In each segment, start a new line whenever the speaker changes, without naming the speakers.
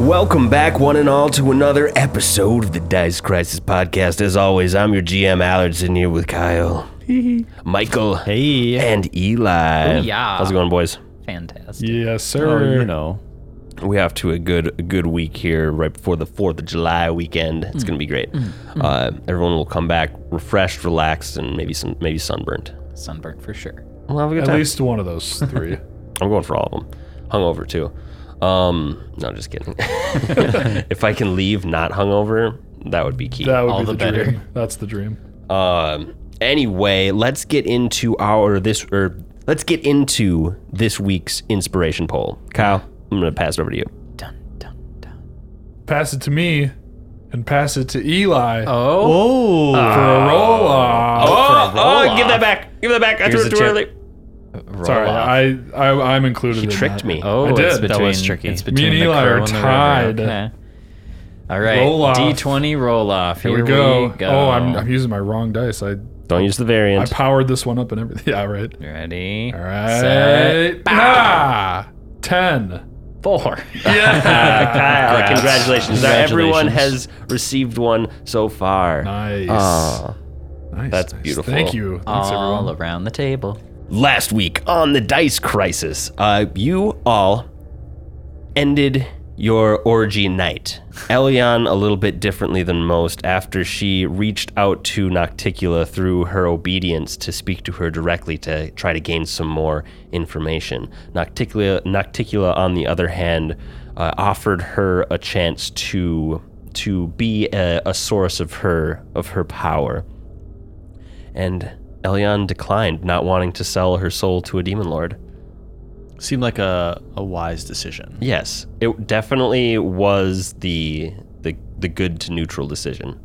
Welcome back, one and all, to another episode of the Dice Crisis Podcast. As always, I'm your GM Allardson here with Kyle, Michael,
Hey.
and Eli.
Booyah.
How's it going, boys?
Fantastic.
Yes, sir. you know.
We have to a good a good week here right before the Fourth of July weekend. It's gonna be great. Uh, everyone will come back refreshed, relaxed, and maybe some maybe sunburned.
Sunburn for sure.
We'll have a good
At
time.
least one of those three.
I'm going for all of them. Hungover too. Um, no, just kidding. if I can leave not hungover, that would be key.
That would
All
be the,
the better.
dream. That's the dream.
Um, anyway, let's get into our this or let's get into this week's inspiration poll. Kyle, I'm gonna pass it over to you.
Dun, dun, dun.
Pass it to me and pass it to Eli
Oh,
for a roll off.
Oh,
roll-off.
give that back! Give that back! I threw
Here's
it
a
too
chip.
early.
Sorry, I, I I'm included.
He
in
tricked
that.
me.
oh,
I did.
It's
That
between,
was
tricky. It's
and
between the
Eli
crow
are
and the river.
tied.
Okay. All right,
Roll off.
D20 roll off.
Here,
Here,
we go. Oh, I'm, I'm using my wrong dice. I
Don't use the
I
variant.
powered this one up and everything. Yeah, right.
ready.
All
Set.
right. Ah, ten.
Four.
Yeah.
Kyle,
Congrats.
congratulations. Now everyone has
Congratulations.
received one so far.
nice.
Aw.
nice.
that's
nice.
beautiful.
Thank you.
Ah.
Thanks, everyone.
All around the table.
last week on the Dice Crisis, uh, you all ended your orgy night. Elion, a little bit differently than most, after she reached out to Nocticula through her obedience to speak to her directly to try to gain some more information. Nocticula, Nocticula on the other hand, uh, offered her a chance to to be a, a source of her of her power and Elion declined, not wanting to sell her soul to a demon lord.
Seemed like a, a wise decision.
Yes, it definitely was the the the good to neutral decision.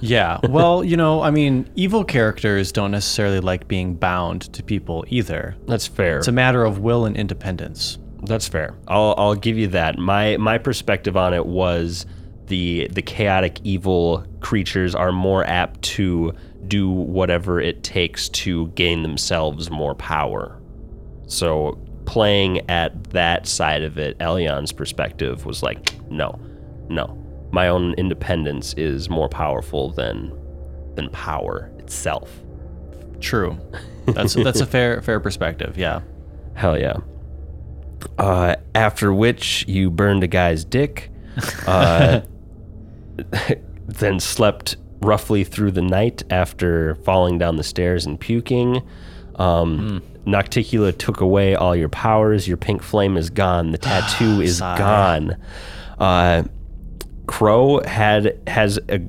Yeah. Well, you know, I mean, evil characters don't necessarily like being bound to people either.
That's fair.
It's a matter of will and independence.
That's fair. I'll I'll give you that. My my perspective on it was the the chaotic evil creatures are more apt to do whatever it takes to gain themselves more power. So playing at that side of it, Elion's perspective was like, no, no. My own independence is more powerful than than power itself.
True. That's that's a fair fair perspective. Yeah.
Hell yeah. Uh, after which you burned a guy's dick, uh, then slept roughly through the night after falling down the stairs and puking. Um, Nocticula took away all your powers. Your pink flame is gone. The tattoo is gone. Uh, Crow had has a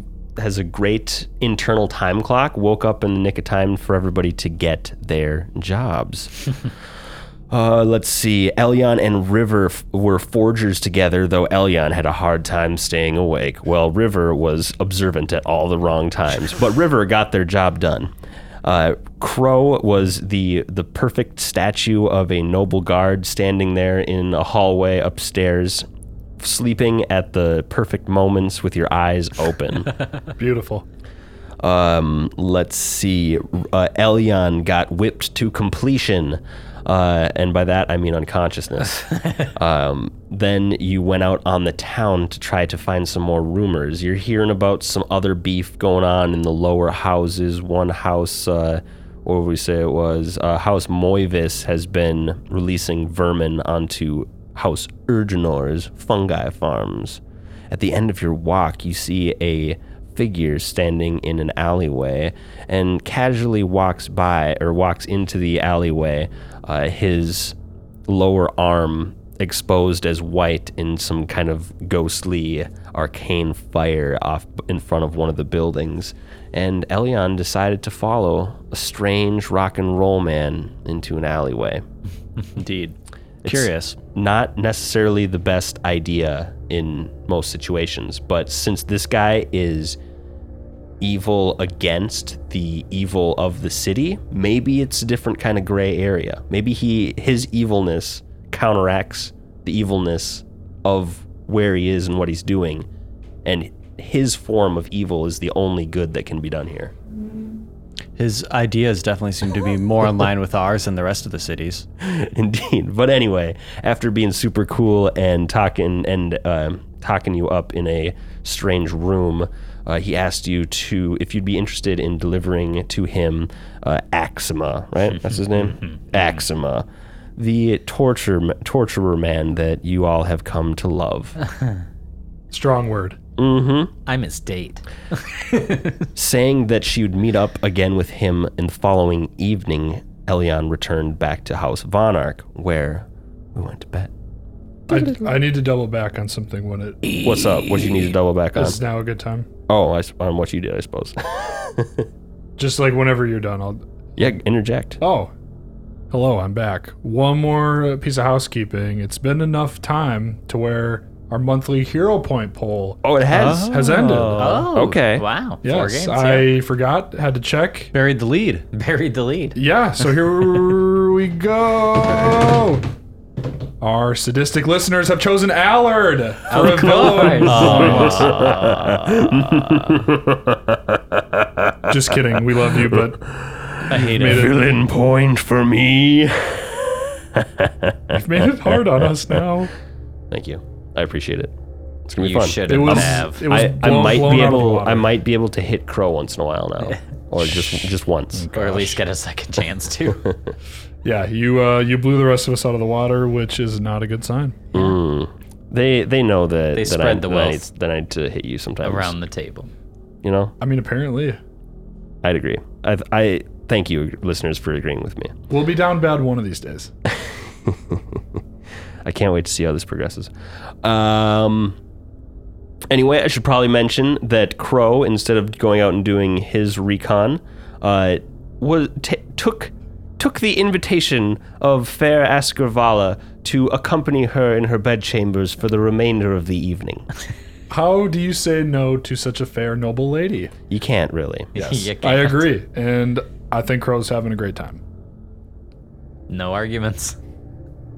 has a great internal time clock. Woke up in the nick of time for everybody to get their jobs. Uh, let's see. Elion and River f- were forgers together, though Elion had a hard time staying awake. Well, River was observant at all the wrong times, but River got their job done. Uh, Crow was the the perfect statue of a noble guard standing there in a hallway upstairs, sleeping at the perfect moments with your eyes open.
Beautiful.
Um, let's see. Uh, Elion got whipped to completion. Uh, and by that, I mean unconsciousness. um, then you went out on the town to try to find some more rumors. You're hearing about some other beef going on in the lower houses. One house, uh, what would we say it was? Uh, house Moivis has been releasing vermin onto House Urginor's fungi farms. At the end of your walk, you see a figure standing in an alleyway and casually walks by or walks into the alleyway, uh, his lower arm exposed as white in some kind of ghostly arcane fire off in front of one of the buildings. And Elion decided to follow a strange rock and roll man into an alleyway
Indeed. Curious.
not necessarily the best idea in most situations, but since this guy is evil against the evil of the city, maybe it's a different kind of gray area. Maybe he his evilness counteracts the evilness of where he is and what he's doing, and his form of evil is the only good that can be done here.
His ideas definitely seem to be more in line with ours than the rest of the cities.
Indeed. But anyway, after being super cool and talking and um, talking you up in a strange room, uh, he asked you to if you'd be interested in delivering to him uh, Axima, right? That's his name, Axima, the torture torturer man that you all have come to love.
Strong word.
I'm his date.
Saying that she would meet up again with him in the following evening, Elion returned back to House Vonarch, where we went to bed.
I, I need to double back on something when it is
What's up? What do you need to double back on?
now a good time.
Oh, I s on what you did, I suppose.
Just like whenever you're done, I'll.
yeah, interject.
Oh, hello, I'm back. One more uh, piece of housekeeping. It's been enough time to where our monthly hero point poll
Oh, it has.
has ended.
Oh,
okay.
Wow. Four
yes,
games.
I
yeah.
forgot, had to check.
Buried the lead.
buried the lead.
Yeah, so here we go. Our sadistic listeners have chosen Allard
Oh,
for a villain. Just kidding. We love you, but
I hate
made
it.
it,
Villain point for me.
you've made it hard on us now.
Thank you. I appreciate it. It's gonna be
You
fun.
It
shouldn't
was.
have.
It was
I, I
blown-
might
blown
be
out of the
able.
water.
I might be able to hit crow once in a while now, or just just once.
or at least get a second chance too.
Yeah, you uh, you blew the rest of us out of the water, which is not a good sign.
They they know that
They
that I,
spread the
that I,
wealth.
that I need to hit you sometimes.
around the table.
you know,
I mean, apparently,
I'd agree. I I thank you, listeners, for agreeing with me.
we'll be down bad one of these days.
I can't wait to see how this progresses. Um, anyway, I should probably mention that Crow, instead of going out and doing his recon, uh, was t- took took the invitation of fair Askervala to accompany her in her bedchambers for the remainder of the evening.
How do you say no to such a fair, noble lady?
You can't really.
You
I
can't.
agree, and I think Crow's having a great time.
No arguments.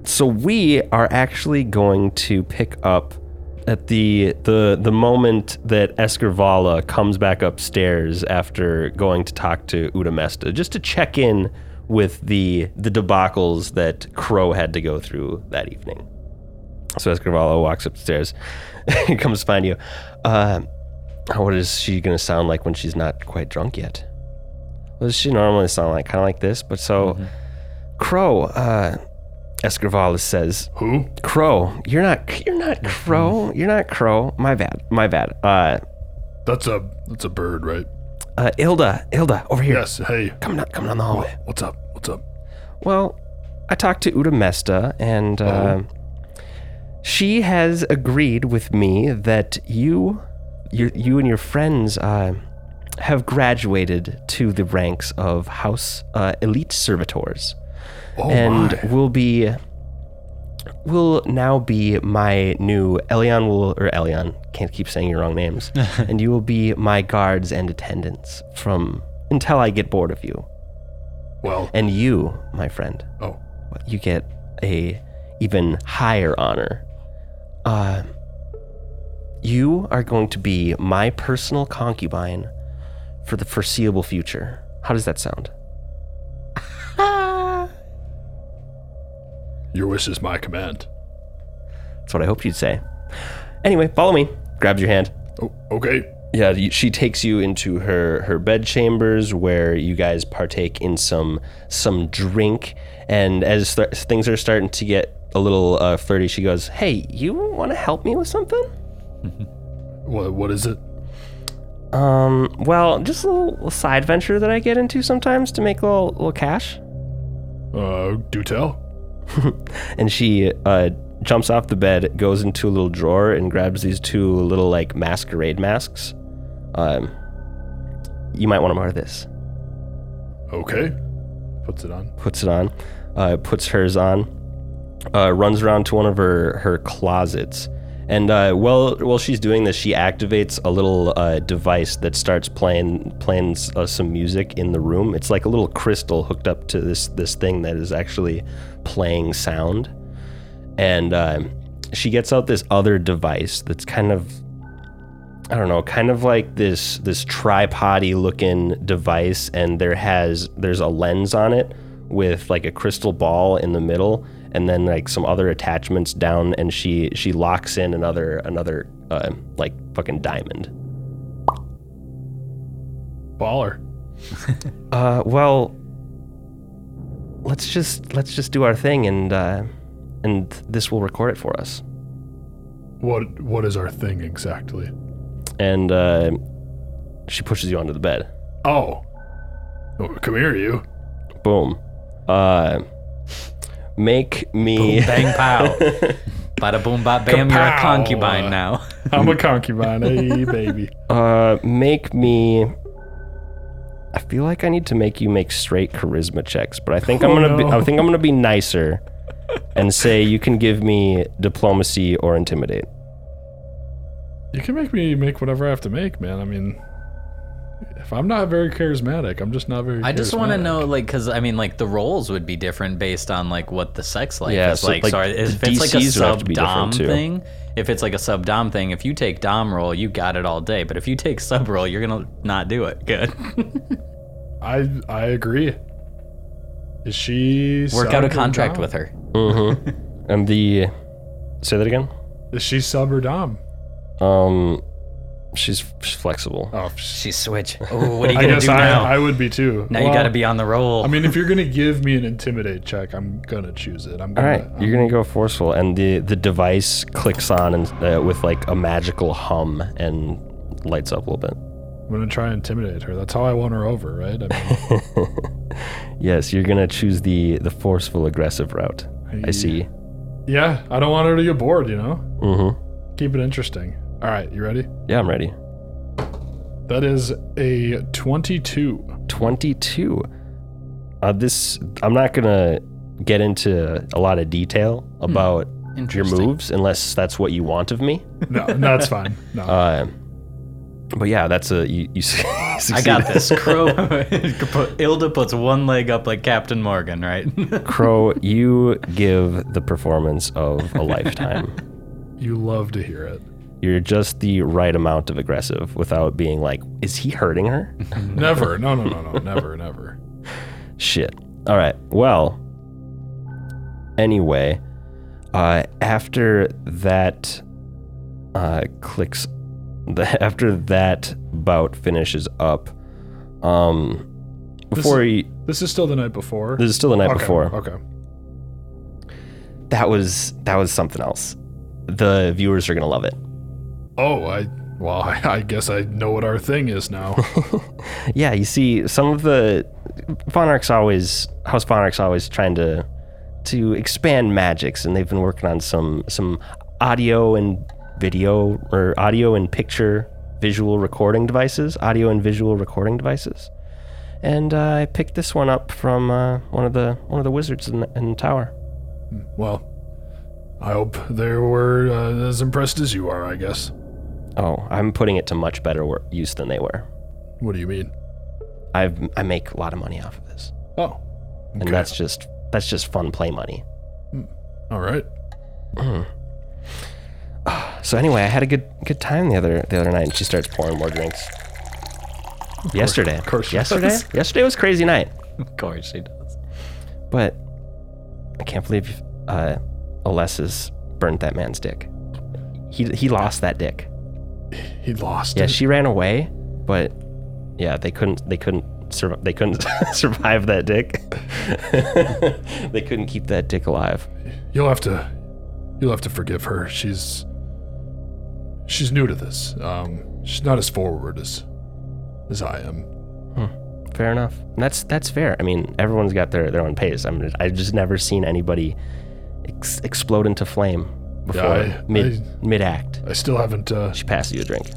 So we are actually going to pick up at the the the moment that Escarvala comes back upstairs after going to talk to Udamesta, just to check in with the the debacles that Crow had to go through that evening. So Escarvala walks upstairs, comes to find you. Uh, what is she gonna sound like when she's not quite drunk yet? What does she normally sound like? Kind of like this, but so Crow. Uh, Escrivalis says,
Who?
"Crow, you're not, you're not Crow, you're not Crow. My bad, my bad. Uh,
That's a that's a bird, right?
uh, Ilda, Ilda, over here.
Yes. Hey,
Come down, come down the hallway.
what's up? What's up?
Well, I talked to Uda Mesta, and uh, she has agreed with me that you, your, you and your friends, uh, have graduated to the ranks of House uh, Elite Servitors,
Oh
and
my.
will be." Will now be my new Elion will or Elion can't keep saying your wrong names, and you will be my guards and attendants from until I get bored of you.
Well.
And you, my friend,
Oh.
you get a even higher honor. Uh, you are going to be my personal concubine for the foreseeable future. How does that sound?
Your wish is my command.
That's what I hoped you'd say. Anyway, follow me. Grabs your hand.
Oh, okay.
Yeah, you- she takes you into her her bed chambers where you guys partake in some some drink. And as th- things are starting to get a little uh, flirty, she goes, "Hey, you want to help me with something?"
What what is it?
Um, well, just a little, little side venture that I get into sometimes to make a little, little cash.
Uh, do tell.
And she uh, jumps off the bed, goes into a little drawer, and grabs these two little like masquerade masks. Um, you might want to wear this.
Okay. Puts it on.
Puts it on. Uh, puts hers on. Uh, runs around to one of her her closets. And uh, while while she's doing this, she activates a little uh, device that starts playing playing uh, some music in the room. It's like a little crystal hooked up to this this thing that is actually playing sound. And um, she gets out this other device that's kind of I don't know, kind of like this this tripody looking device, and there has there's a lens on it with like a crystal ball in the middle, and then like some other attachments down, and she she locks in another another uh, like fucking diamond.
Baller.
Uh, well, let's just let's just do our thing, and uh, and this will record it for us.
What what is our thing exactly?
And uh, she pushes you onto the bed.
Oh. Oh, Come here, you.
Boom. Uh, make me.
Bang pow. Bada boom bada bam, you're a
Kapow.
concubine now.
I'm a concubine. hey, baby.
Uh, make me. I feel like I need to make you make straight charisma checks, but I think I'm
Oh,
gonna. Be,
no.
I think I'm gonna be nicer, and say you can give me diplomacy or intimidate.
You can make me make whatever I have to make, man. I mean, if I'm not very charismatic, I'm just not very
I just want to
charismatic.
know, like, because I mean, like, the roles would be different based on like what the sex life
Yeah,
is
so,
like.
like,
So if
the
it's like a
DCs would have to
sub
be
dom
different, too.
thing, if it's like a sub dom thing, if you take dom role, you got it all day. But if you take sub role, you're gonna not do it. Good.
I I agree. Is she
Work
sub
out a
or
contract
dom?
with her.
Mm-hmm. and the. Say that again.
Is she sub or dom?
Um, she's, she's flexible.
Oh, sh-
She switch. Oh, what are you
I
gonna
guess
do
I,
now?
I would be too.
now you
Well,
gotta be on the roll.
I mean, if you're gonna give me an intimidate check, I'm gonna choose it. I'm
All
gonna.
right,
Uh,
you're gonna go forceful, and the the device clicks on and uh, with like a magical hum and lights up a little bit.
I'm gonna try and intimidate her. That's how I won her over, right? I
Yes, you're gonna choose the the forceful aggressive route. I see.
mean, yeah, I don't want her to get bored. You know,
Mm-hmm.
keep it interesting. All right, you ready?
Yeah, I'm ready.
That is a 22.
22. Uh, this I'm not gonna get into a lot of detail about your
Hmm. Interesting.
moves unless that's what you want of me.
No, no, that's fine. No,
Uh, but yeah, that's a you. you
I got this. Crow. Ilda puts one leg up like Captain Morgan, right?
Crow, you give the performance of a lifetime.
you love to hear it.
You're just the right amount of aggressive without being like, is he hurting her?
Never. No, no, no, no. Never, never.
Shit. All right. Well, anyway, uh, after that uh, clicks, the, after that bout finishes up, um, before you,
This is still the night before.
this is still the night
okay,
before.
Okay.
That was that was something else. The viewers are gonna love it.
Oh, I. Well, I, I guess I know what our thing is now.
Yeah, you see, some of the Vonarch's always House Vonarch's always trying to to expand magics, and they've been working on some some audio and video or audio and picture visual recording devices, audio and visual recording devices. And uh, I picked this one up from uh, one of the one of the wizards in the, in the tower.
well, I hope they were uh, as impressed as you are. I guess.
Oh, I'm putting it to much better wor- use than they were.
What do you mean?
I've I make a lot of money off of this,
Oh.
and
Okay.
that's just that's just fun play money.
all right.
So anyway, I had a good good time the other the other night, and she starts pouring more drinks. yesterday,
of course she
yesterday,
does.
yesterday was a crazy night,
of course she does.
but I can't believe uh, Alessa's burnt that man's dick. He he lost that dick.
He lost.
Yeah,
it.
she ran away, but yeah, they couldn't they couldn't survive they couldn't survive that dick. they couldn't keep that dick alive.
You'll have to. You'll have to forgive her. She's. She's new to this. Um, she's not as forward as, as I am.
Fair enough. And That's that's fair. I mean, everyone's got their, their own pace. I mean, I've just never seen anybody ex- explode into flame before
I-
mid mid act.
I still haven't. Uh,
She passes you a drink.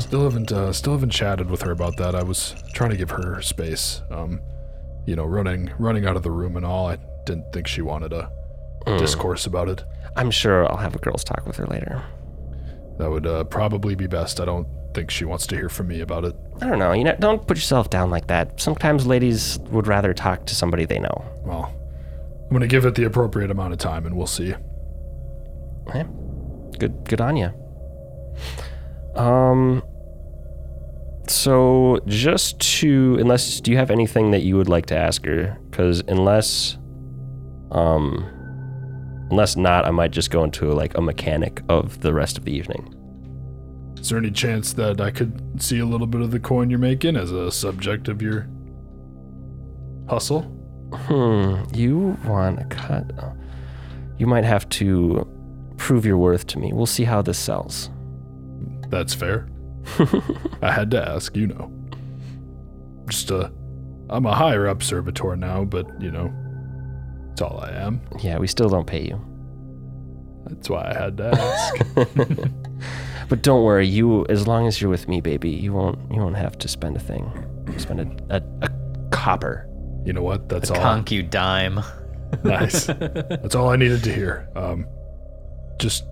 Still haven't uh, still haven't chatted with her about that. I was trying to give her her space. Um, you know, running running out of the room and all. I didn't think she wanted a discourse about it.
I'm sure I'll have a girls talk with her later.
That would uh, probably be best. I don't think she wants to hear from me about it.
I don't know. You know, don't put yourself down like that. Sometimes ladies would rather talk to somebody they know.
Well, I'm gonna give it the appropriate amount of time, and we'll see.
Eh? Good good on you. Um. So just to, unless do you have anything that you would like to ask her? Because unless, um, unless not, I might just go into like a mechanic of the rest of the evening.
Is there any chance that I could see a little bit of the coin you're making as a subject of your hustle?
Hmm. You want to cut? uh, You might have to prove your worth to me. We'll see how this sells.
That's fair. I had to ask, you know. Just uh I'm a higher up servitor now, but you know, it's all I am.
Yeah, we still don't pay you.
That's why I had to ask.
But don't worry, you as long as you're with me, baby, you won't you won't have to spend a thing. Spend a a, a copper.
you know what? That's all.
Conk you dime.
nice. That's all I needed to hear. Um, just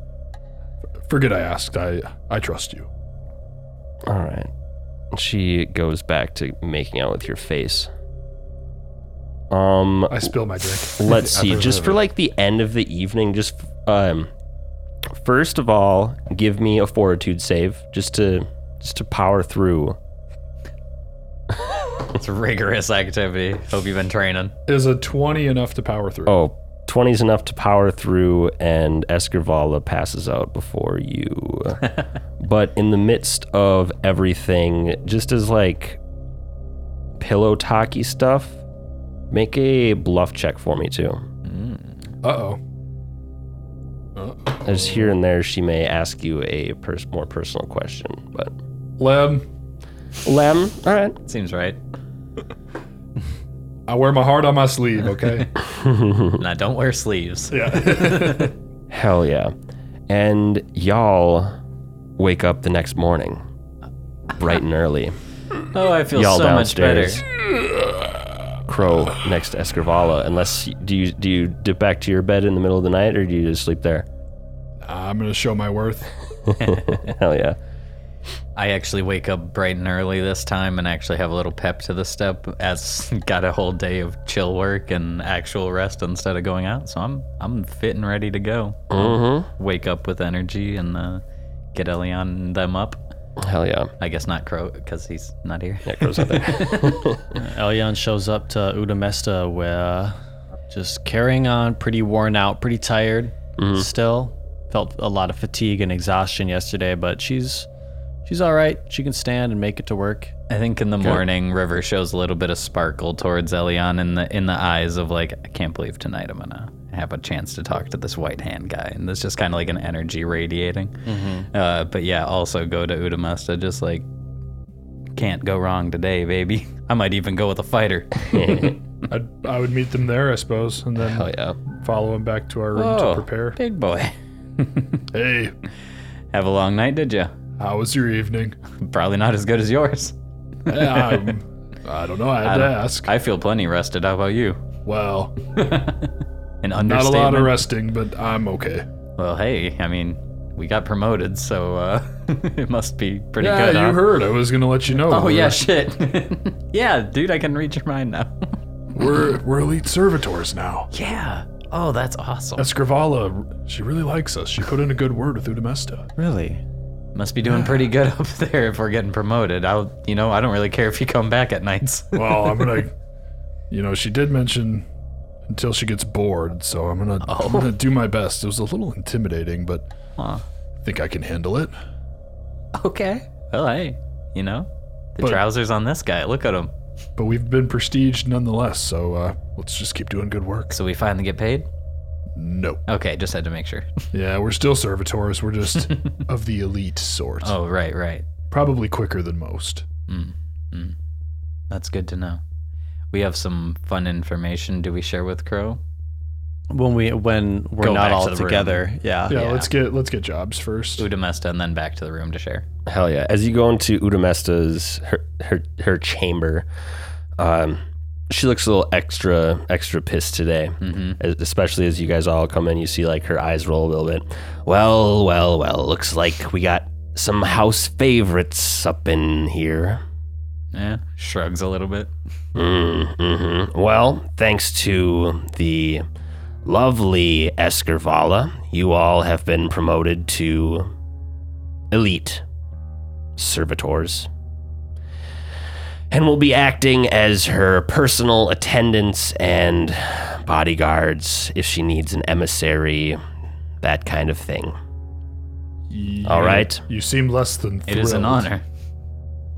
forget I asked. I I trust you.
All right. She goes back to making out with your face. Um
I spill my drink.
let's
I
see
threw it
just
over.
for like the end of the evening just um first of all give me a fortitude save just to just to power through
It's rigorous activity. Hope you've been training.
Is a twenty enough to power through?
oh 20 is enough to power through and escarvala passes out before you but in the midst of everything just as like pillow talkie stuff make a bluff check for me too
Uh oh.
as here and there she may ask you a pers- more personal question but
Lem,
lem all right
Seems right.
I wear my heart on my sleeve. Okay.
Now don't wear sleeves.
Hell yeah. And y'all wake up the next morning, bright and early.
Oh, I feel
y'all
so
downstairs.
much better.
Crow next to Escarvala. Unless do you do you dip back to your bed in the middle of the night, or do you just sleep there?
I'm gonna show my worth.
Hell yeah.
I actually wake up bright and early this time and actually have a little pep to the step as got a whole day of chill work and actual rest instead of going out. So I'm I'm fit and ready to go. Mm-hmm. Wake up with energy and uh, get Elion and them up.
Hell yeah.
I guess not Crow because he's not here.
That crow's out there.
Elion shows up to Udamesta where just carrying on, pretty worn out, pretty tired
Mm-hmm.
still. Felt a lot of fatigue and exhaustion yesterday, but she's she's all right. She can stand and make it to work.
I think in the morning, River shows a little bit of sparkle towards Elion in the in the eyes of like, I can't believe tonight I'm gonna have a chance to talk to this white hand guy, and there's just kind of like an energy radiating.
Mm-hmm.
Uh, but yeah, also go to Udamasta, just like can't go wrong today, baby. I might even go with a fighter.
I'd, I would meet them there, I suppose, and then
Hell yeah.
follow them back to our room
Oh,
to prepare.
big boy.
Hey,
Have a long night, did you?
how was your evening?
Probably not as good as yours.
Eh, I'm- I don't know. I had to ask.
I feel plenty rested. How about you?
well,
An
not a
understatement.
lot of resting, but I'm okay.
Well, hey, I mean, we got promoted, so uh, it must be pretty
Yeah,
good.
you
huh?
heard. I was gonna let you know.
Oh
We're-
yeah, shit. yeah, dude, I can read your mind now.
We're we're elite servitors now.
yeah. Oh, that's awesome.
Escrivala, she really likes us. She put in a good word with Udamesta.
Really?
Must be doing pretty good up there if we're getting promoted. I'll, you know, I don't really care if you come back at nights.
Well, I'm gonna, you know, she did mention until she gets bored, so I'm gonna, I'm gonna do my best. It was a little intimidating, but
Oh. Huh.
I think I can handle it.
okay. Well, hey, you know, the
But-
trousers on this guy. Look at him.
But we've been prestiged nonetheless, so uh, let's just keep doing good work.
So we finally get paid.
No,
Okay, just had to make sure.
yeah, we're still servitors. We're just of the elite sort.
oh, right, right.
Probably quicker than most.
That's good to know. We have some fun information. Do we share with Crow?
When we when we're
Go
not
back to
all
the room.
together.
Oh,
Yeah.
Yeah, let's get let's get jobs first.
Udamesta and then back to the room to share.
Hell yeah. As you go into Udamesta's her her, her chamber, um, she looks a little extra extra pissed today.
Hmm. Mm-hmm.
As- Especially as you guys all come in, you see like her eyes roll a little bit. Well, well, well. Looks like we got some house favorites up in here.
Yeah, shrugs a little bit.
Mm-hmm. Well, thanks to the lovely Escarvala, you all have been promoted to elite servitors and will be acting as her personal attendants and bodyguards if she needs an emissary, that kind of thing.
You-
All right.
You seem less than thrilled.
It is an honor.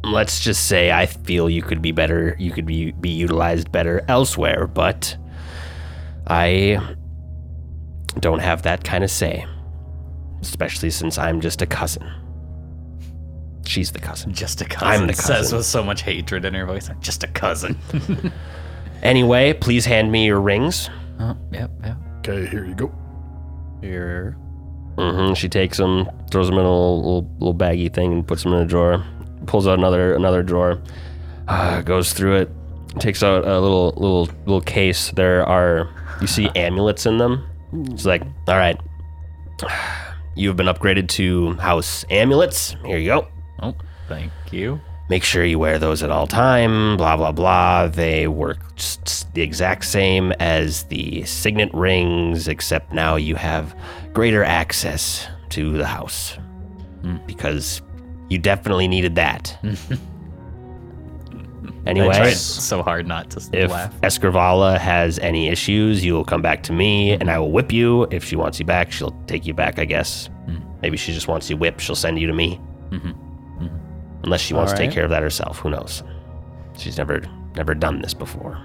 Let's just say I feel you could be better, you could be, be utilized better elsewhere, but I don't have that kind of say, especially since I'm just a cousin. She's the cousin.
Just a cousin.
I'm the
Says
cousin.
with so much hatred in her voice. Like, Just a cousin.
Anyway, please hand me your rings.
oh, yep, yep.
Okay, here you go.
Here.
hmm She takes them, throws them in a little, little, little baggy thing, and puts them in a drawer. Pulls out another another drawer, uh, goes through it, takes out a little little little case. There are you see amulets in them. She's like, "All right, you have been upgraded to house amulets. Here you go.
Oh, thank you.
Make sure you wear those at all time. Blah blah blah. They work just the exact same as the signet rings, except now you have greater access to the house because you definitely needed that.
I tried
anyway,
so hard not to
if
laugh.
Escrivala has any issues, you will come back to me, and I will whip you. If she wants you back, she'll take you back. I guess. Maybe she just wants you whipped. She'll send you to me. Unless she wants to take
Alright.
care of that herself. Who knows? She's never never done this before.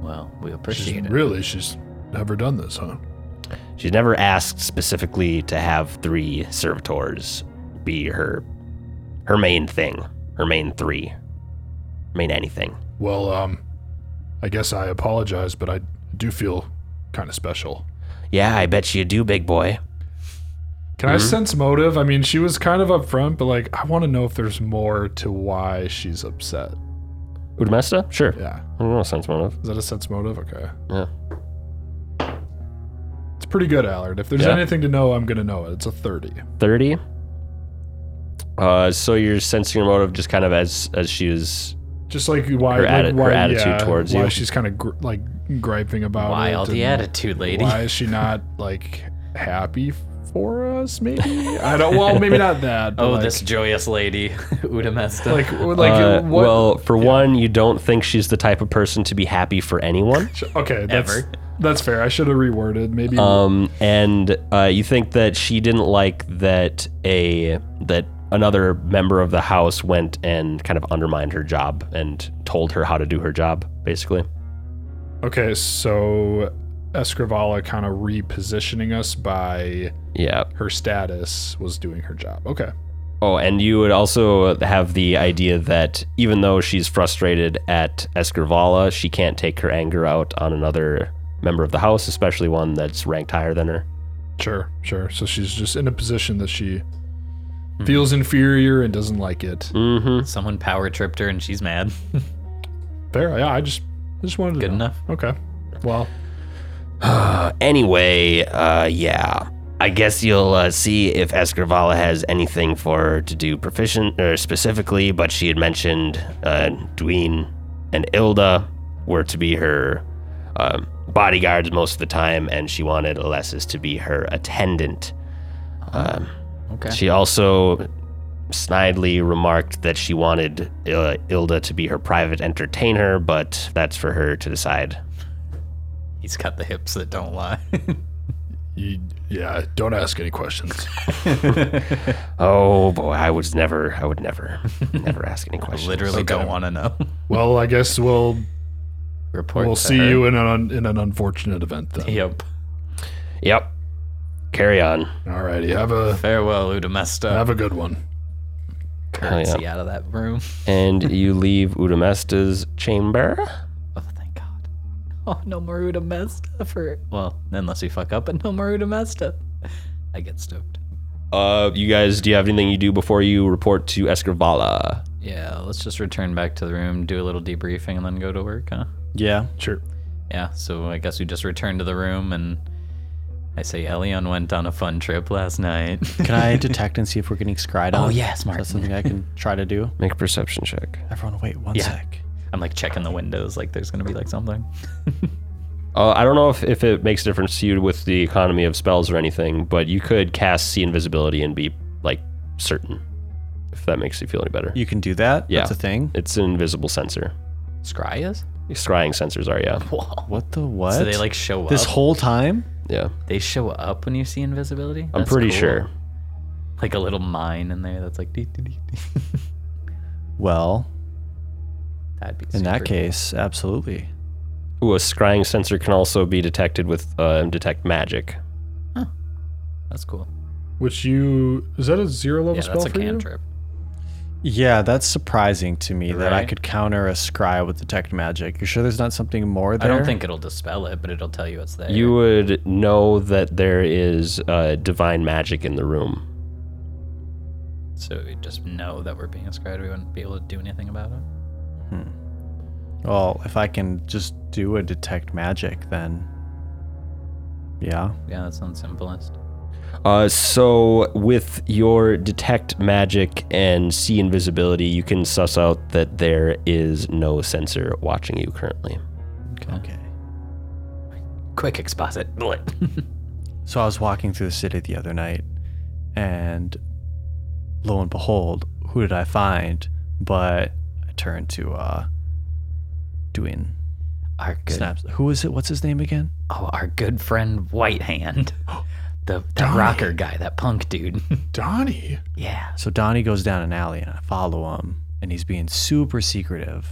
Well, we
She's,
appreciate it.
really, she's never done this, huh?
She's never asked specifically to have three servitors be her her main thing, her main three, main anything.
Well, um, I guess I apologize, but I do feel kind of special.
Yeah, I bet you do, big boy.
Can
Mm-hmm.
I sense motive? I mean, she was kind of upfront, but like, I want to know if there's more to why she's upset.
Udmesta? Sure.
Yeah.
I don't know, sense motive.
Is that a sense motive? Okay.
Yeah.
It's pretty good, Allard. If there's
Yeah.
anything to know, I'm going to know it. It's a 30.
30 uh, so you're sensing your motive just kind of as as she is
Just like why,
Her
like,
atti- her
why
attitude
yeah,
towards
why
you.
she's kind of gr- like griping about
Wild
it.
the
and
attitude, lady.
Why is she not like happy for us? Maybe I don't. Well, maybe not that. But
Oh,
like,
this joyous lady, Udamesta.
like like
Uh,
what?
well for one you don't think she's the type of person to be happy for anyone
okay, that's
ever.
that's fair. I should have reworded. Maybe
um, and uh, you think that she didn't like that a that another member of the house went and kind of undermined her job and told her how to do her job basically
Okay, so Escrivala kind of repositioning us by
yeah
her status was doing her job. Okay.
Oh, and you would also have the idea that even though she's frustrated at Escrivala, she can't take her anger out on another member of the house, especially one that's ranked higher than her.
Sure, sure. So she's just in a position that she
Hmm.
feels inferior and doesn't like it.
Mm-hmm.
Someone power tripped her and she's mad.
Fair. Yeah, I just I just wanted to
Good
know.
enough.
Okay. Well,
Anyway, uh, yeah. I guess you'll uh, see if Escrivala has anything for her to do proficient or specifically, but she had mentioned uh, Dween and Ilda were to be her um bodyguards most of the time, and she wanted Alessis to be her attendant. Um,
Okay.
She also snidely remarked that she wanted uh, Ilda to be her private entertainer, but that's for her to decide.
He's got the hips that don't lie.
you, yeah, don't ask any questions.
Oh boy, I was never, I would never, never ask any questions.
Literally don't want to know.
well, I guess we'll
Report.
we'll
to
see
her.
you in an un, in an unfortunate event then.
Yep.
Yep. Carry on.
Alrighty. Have a
Farewell, Udamesta.
have a good one.
Currency out of that room.
And you leave Udamesta's chamber.
Oh, thank God. Oh, no more Udamesta for. Well, unless we fuck up, but no more Udamesta. I get stoked.
Uh, you guys, do you have anything you do before you report to Escrivala?
Yeah, let's just return back to the room, do a little debriefing, and then go to work, huh?
Yeah.
Sure.
Yeah, so I guess we just return to the room and I say Elion went on a fun trip last night.
Can I detect and see if we're getting scryed on?
Oh, yeah, smart.
That's something I can try to do.
Make a perception check.
Everyone, wait one sec.
I'm like checking the windows, like there's gonna be like something.
Uh, I don't know if, if it makes a difference to you with the economy of spells or anything, but you could cast see invisibility and be like certain. If that makes you feel any better.
You can do that.
Yeah.
That's a thing.
It's an invisible sensor.
Scryas?
Scrying sensors are, yeah.
Whoa.
What the what?
So they like show
this
up.
whole time?
Yeah.
they show up when you see invisibility.
I'm
That's
pretty
cool.
sure.
Like a little mine in there that's like. Dee, dee, dee, dee.
Well,
That'd be.
in
super
that
cool.
case, absolutely.
Ooh, a scrying sensor can also be detected with uh, detect magic.
that's cool.
Which you is that a zero level
Yeah,
spell
that's a
for you?
cantrip.
Yeah, that's surprising to me that I
Right?
could counter a scry with detect magic. You sure there's not something more
I
there?
don't think it'll dispel it, but it'll tell you it's there.
You would know that there is uh, divine magic in the room.
so we just know that we're being scryed. We wouldn't be able to do anything about it.
Well, if I can just do a detect magic, then yeah.
Yeah, that sounds simplest.
Uh, so, with your detect magic and see invisibility, you can suss out that there is no sensor watching you currently.
Okay.
Quick exposit.
So I was walking through the city the other night, and lo and behold, who did I find? But I turned to uh, doing
Our good,
snaps. Who was it? What's his name again?
oh, our good friend Whitehand, the the rocker guy, that punk dude.
Donnie.
yeah.
So Donnie goes down an alley and I follow him and he's being super secretive.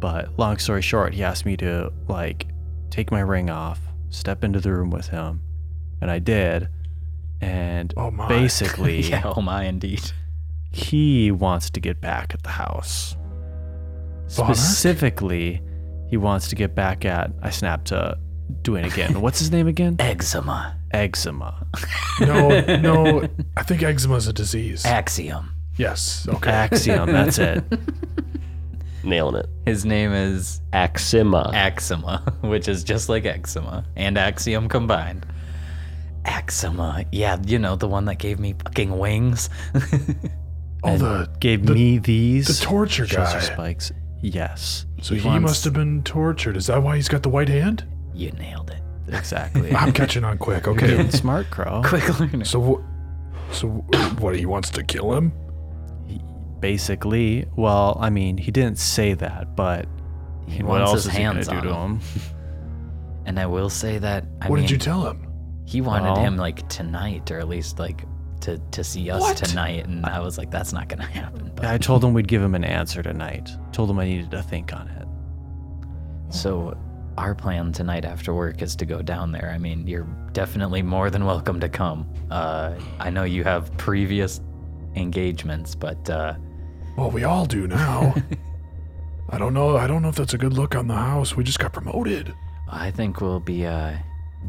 But long story short, he asked me to like take my ring off, step into the room with him, and I did. And
Oh my.
basically
Yeah. Oh my, indeed.
he wants to get back at the house.
Bonak?
Specifically, he wants to get back at I snapped to doing again. What's his name again?
Eczema.
Eczema.
No, no. I think eczema is a disease.
Axiom.
yes. Okay.
Axiom, that's it.
Nailing it.
His name is
Axima.
Axima, which is just like eczema and axiom combined. Axima, yeah, you know the one that gave me fucking wings.
All Oh, the
Gave
The-
me these
the torture
shows her
guy.
spikes. Yes.
So
He
he,
wants-
must have been tortured. Is that why he's got the white hand?
you nailed it.
Exactly.
I'm catching on quick. Okay.
Getting smart, Crow.
Quick learner.
so what? So wh- what? He wants to kill him?
Basically, well, I mean, he didn't say that, but
He
what
wants
else
his
is
hands
he gonna do to
on
him?
And I will say that I
what
mean,
did you Oh. tell him?
he wanted
Well-
him like tonight, or at least like to to see us tonight, and I was like, that's not gonna happen. But,
I told him we'd give him an answer tonight. Told him I needed to think on it.
So our plan tonight after work is to go down there. I mean, you're definitely more than welcome to come. Uh, I know you have previous engagements, but uh,
Well, we all do now. I don't know. I don't know if that's a good look on the house. We just got promoted.
I think we'll be uh,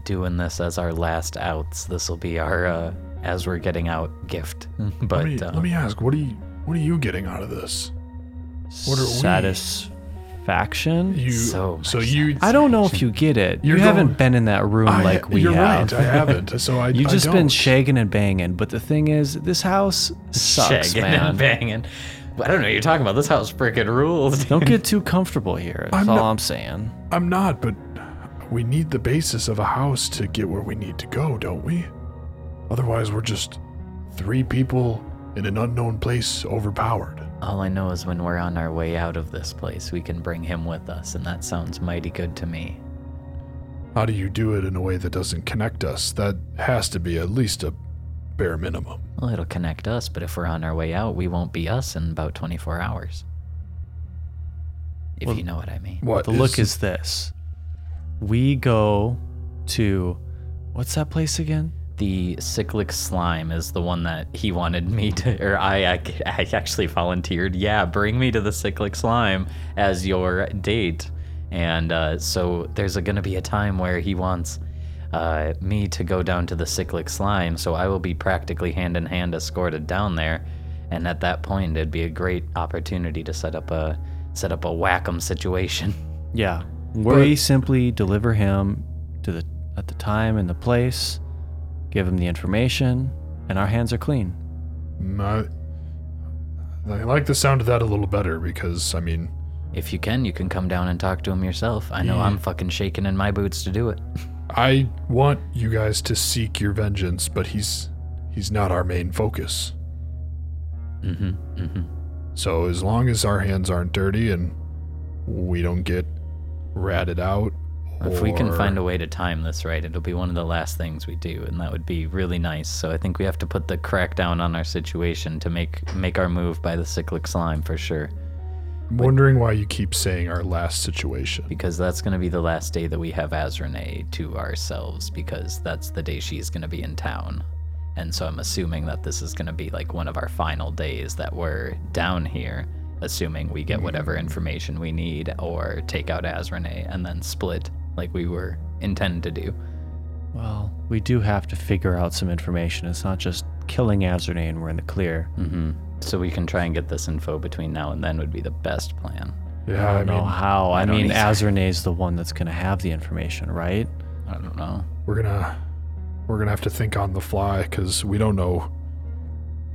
doing this as our last outs. This will be our uh, as we're getting out gift. but
let me
uh,
let me ask. What are you What are you getting out of this? What are we-
Satisfaction?
You.
So much
you.
I don't know if you get it.
You're
you haven't
going-
been in that room
I-
like we
you're
have.
right. I haven't. So I.
You've
I
just been
don't.
shagging and banging, but the thing is, this house sucks,
shagging and
man.
banging. I don't know what you're talking about. This house freaking rules.
Don't get too comfortable here. That's
I'm
all
not-
I'm saying.
I'm not, but we need the basis of a house to get where we need to go, don't we? Otherwise, we're just three people in an unknown place overpowered.
All I know is when we're on our way out of this place, we can bring him with us, and that sounds mighty good to me.
How do you do it in a way that doesn't connect us? That has to be at least a bare minimum.
Well, it'll connect us, but if we're on our way out, we won't be us in about 24 hours. If you know what I mean.
What
The look is this. We go to what's that place again?
The cyclic slime is the one that he wanted me to, or I, I, I actually volunteered. Yeah, bring me to the cyclic slime as your date. And uh, so there's going to be a time where he wants uh, me to go down to the cyclic slime, so I will be practically hand in hand escorted down there. And at that point, it'd be a great opportunity to set up a set up a whack-em situation.
Yeah. We simply deliver him to the at the time and the place, give him the information, and our hands are clean.
Mm, I, I like the sound of that a little better because, I mean,
If you can, you can come down and talk to him yourself. I know I'm fucking shaking in my boots to do it.
I want you guys to seek your vengeance, but he's he's not our main focus.
Mm-hmm,
So as long as our hands aren't dirty and we don't get ratted out,
If we can
or-
find a way to time this right, it'll be one of the last things we do, and that would be really nice. So I think we have to put the crackdown on our situation to make make our move by the cyclic slime for sure,
I'm wondering why you keep saying our last situation.
because that's going to be the last day that we have Azrene to ourselves, because that's the day she's going to be in town. And so I'm assuming that this is going to be like one of our final days that we're down here, assuming we get whatever information we need or take out Azrene and then split like we were intended to do.
Well, we do have to figure out some information. It's not just killing Azernay and we're in the clear.
hmm So we can try and get this info between now and then would be the best plan.
Yeah,
I
I
don't know
mean,
how. I,
I don't
mean,
either.
Azernay's the one that's going to have the information, right?
I don't know.
we're gonna we're gonna have to think on the fly because we don't know.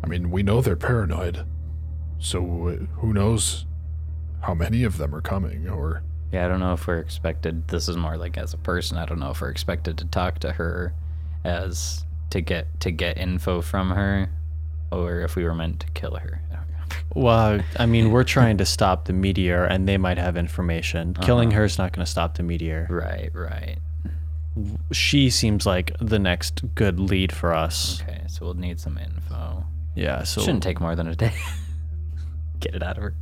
I mean, we know they're paranoid, so who knows how many of them are coming or
Yeah, I don't know if we're expected. This is more like as a person. I don't know if we're expected to talk to her, as to get to get info from her, or if we were meant to kill her. I don't know.
Well, I mean, we're trying to stop the meteor and they might have information. Killing her is not going to stop the meteor.
Right, right.
She seems like the next good lead for us.
Okay, so we'll need some info.
Yeah, so
Shouldn't take more than a day. get it out of her.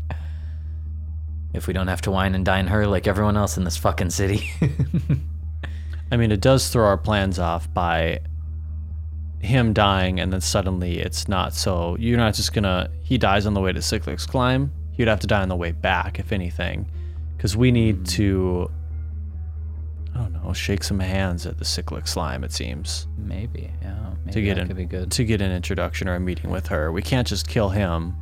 If we don't have to wine and dine her like everyone else in this fucking city.
I mean, it does throw our plans off by him dying and then suddenly it's not. So you're not just gonna. He dies on the way to Cyclic's climb. He'd have to die on the way back, if anything, because we
Hmm.
need to. I don't know. Shake some hands at the cyclic slime. It seems
maybe, yeah. Maybe
to get
that
an
could be good.
to get an introduction or a meeting with her. We can't just kill him,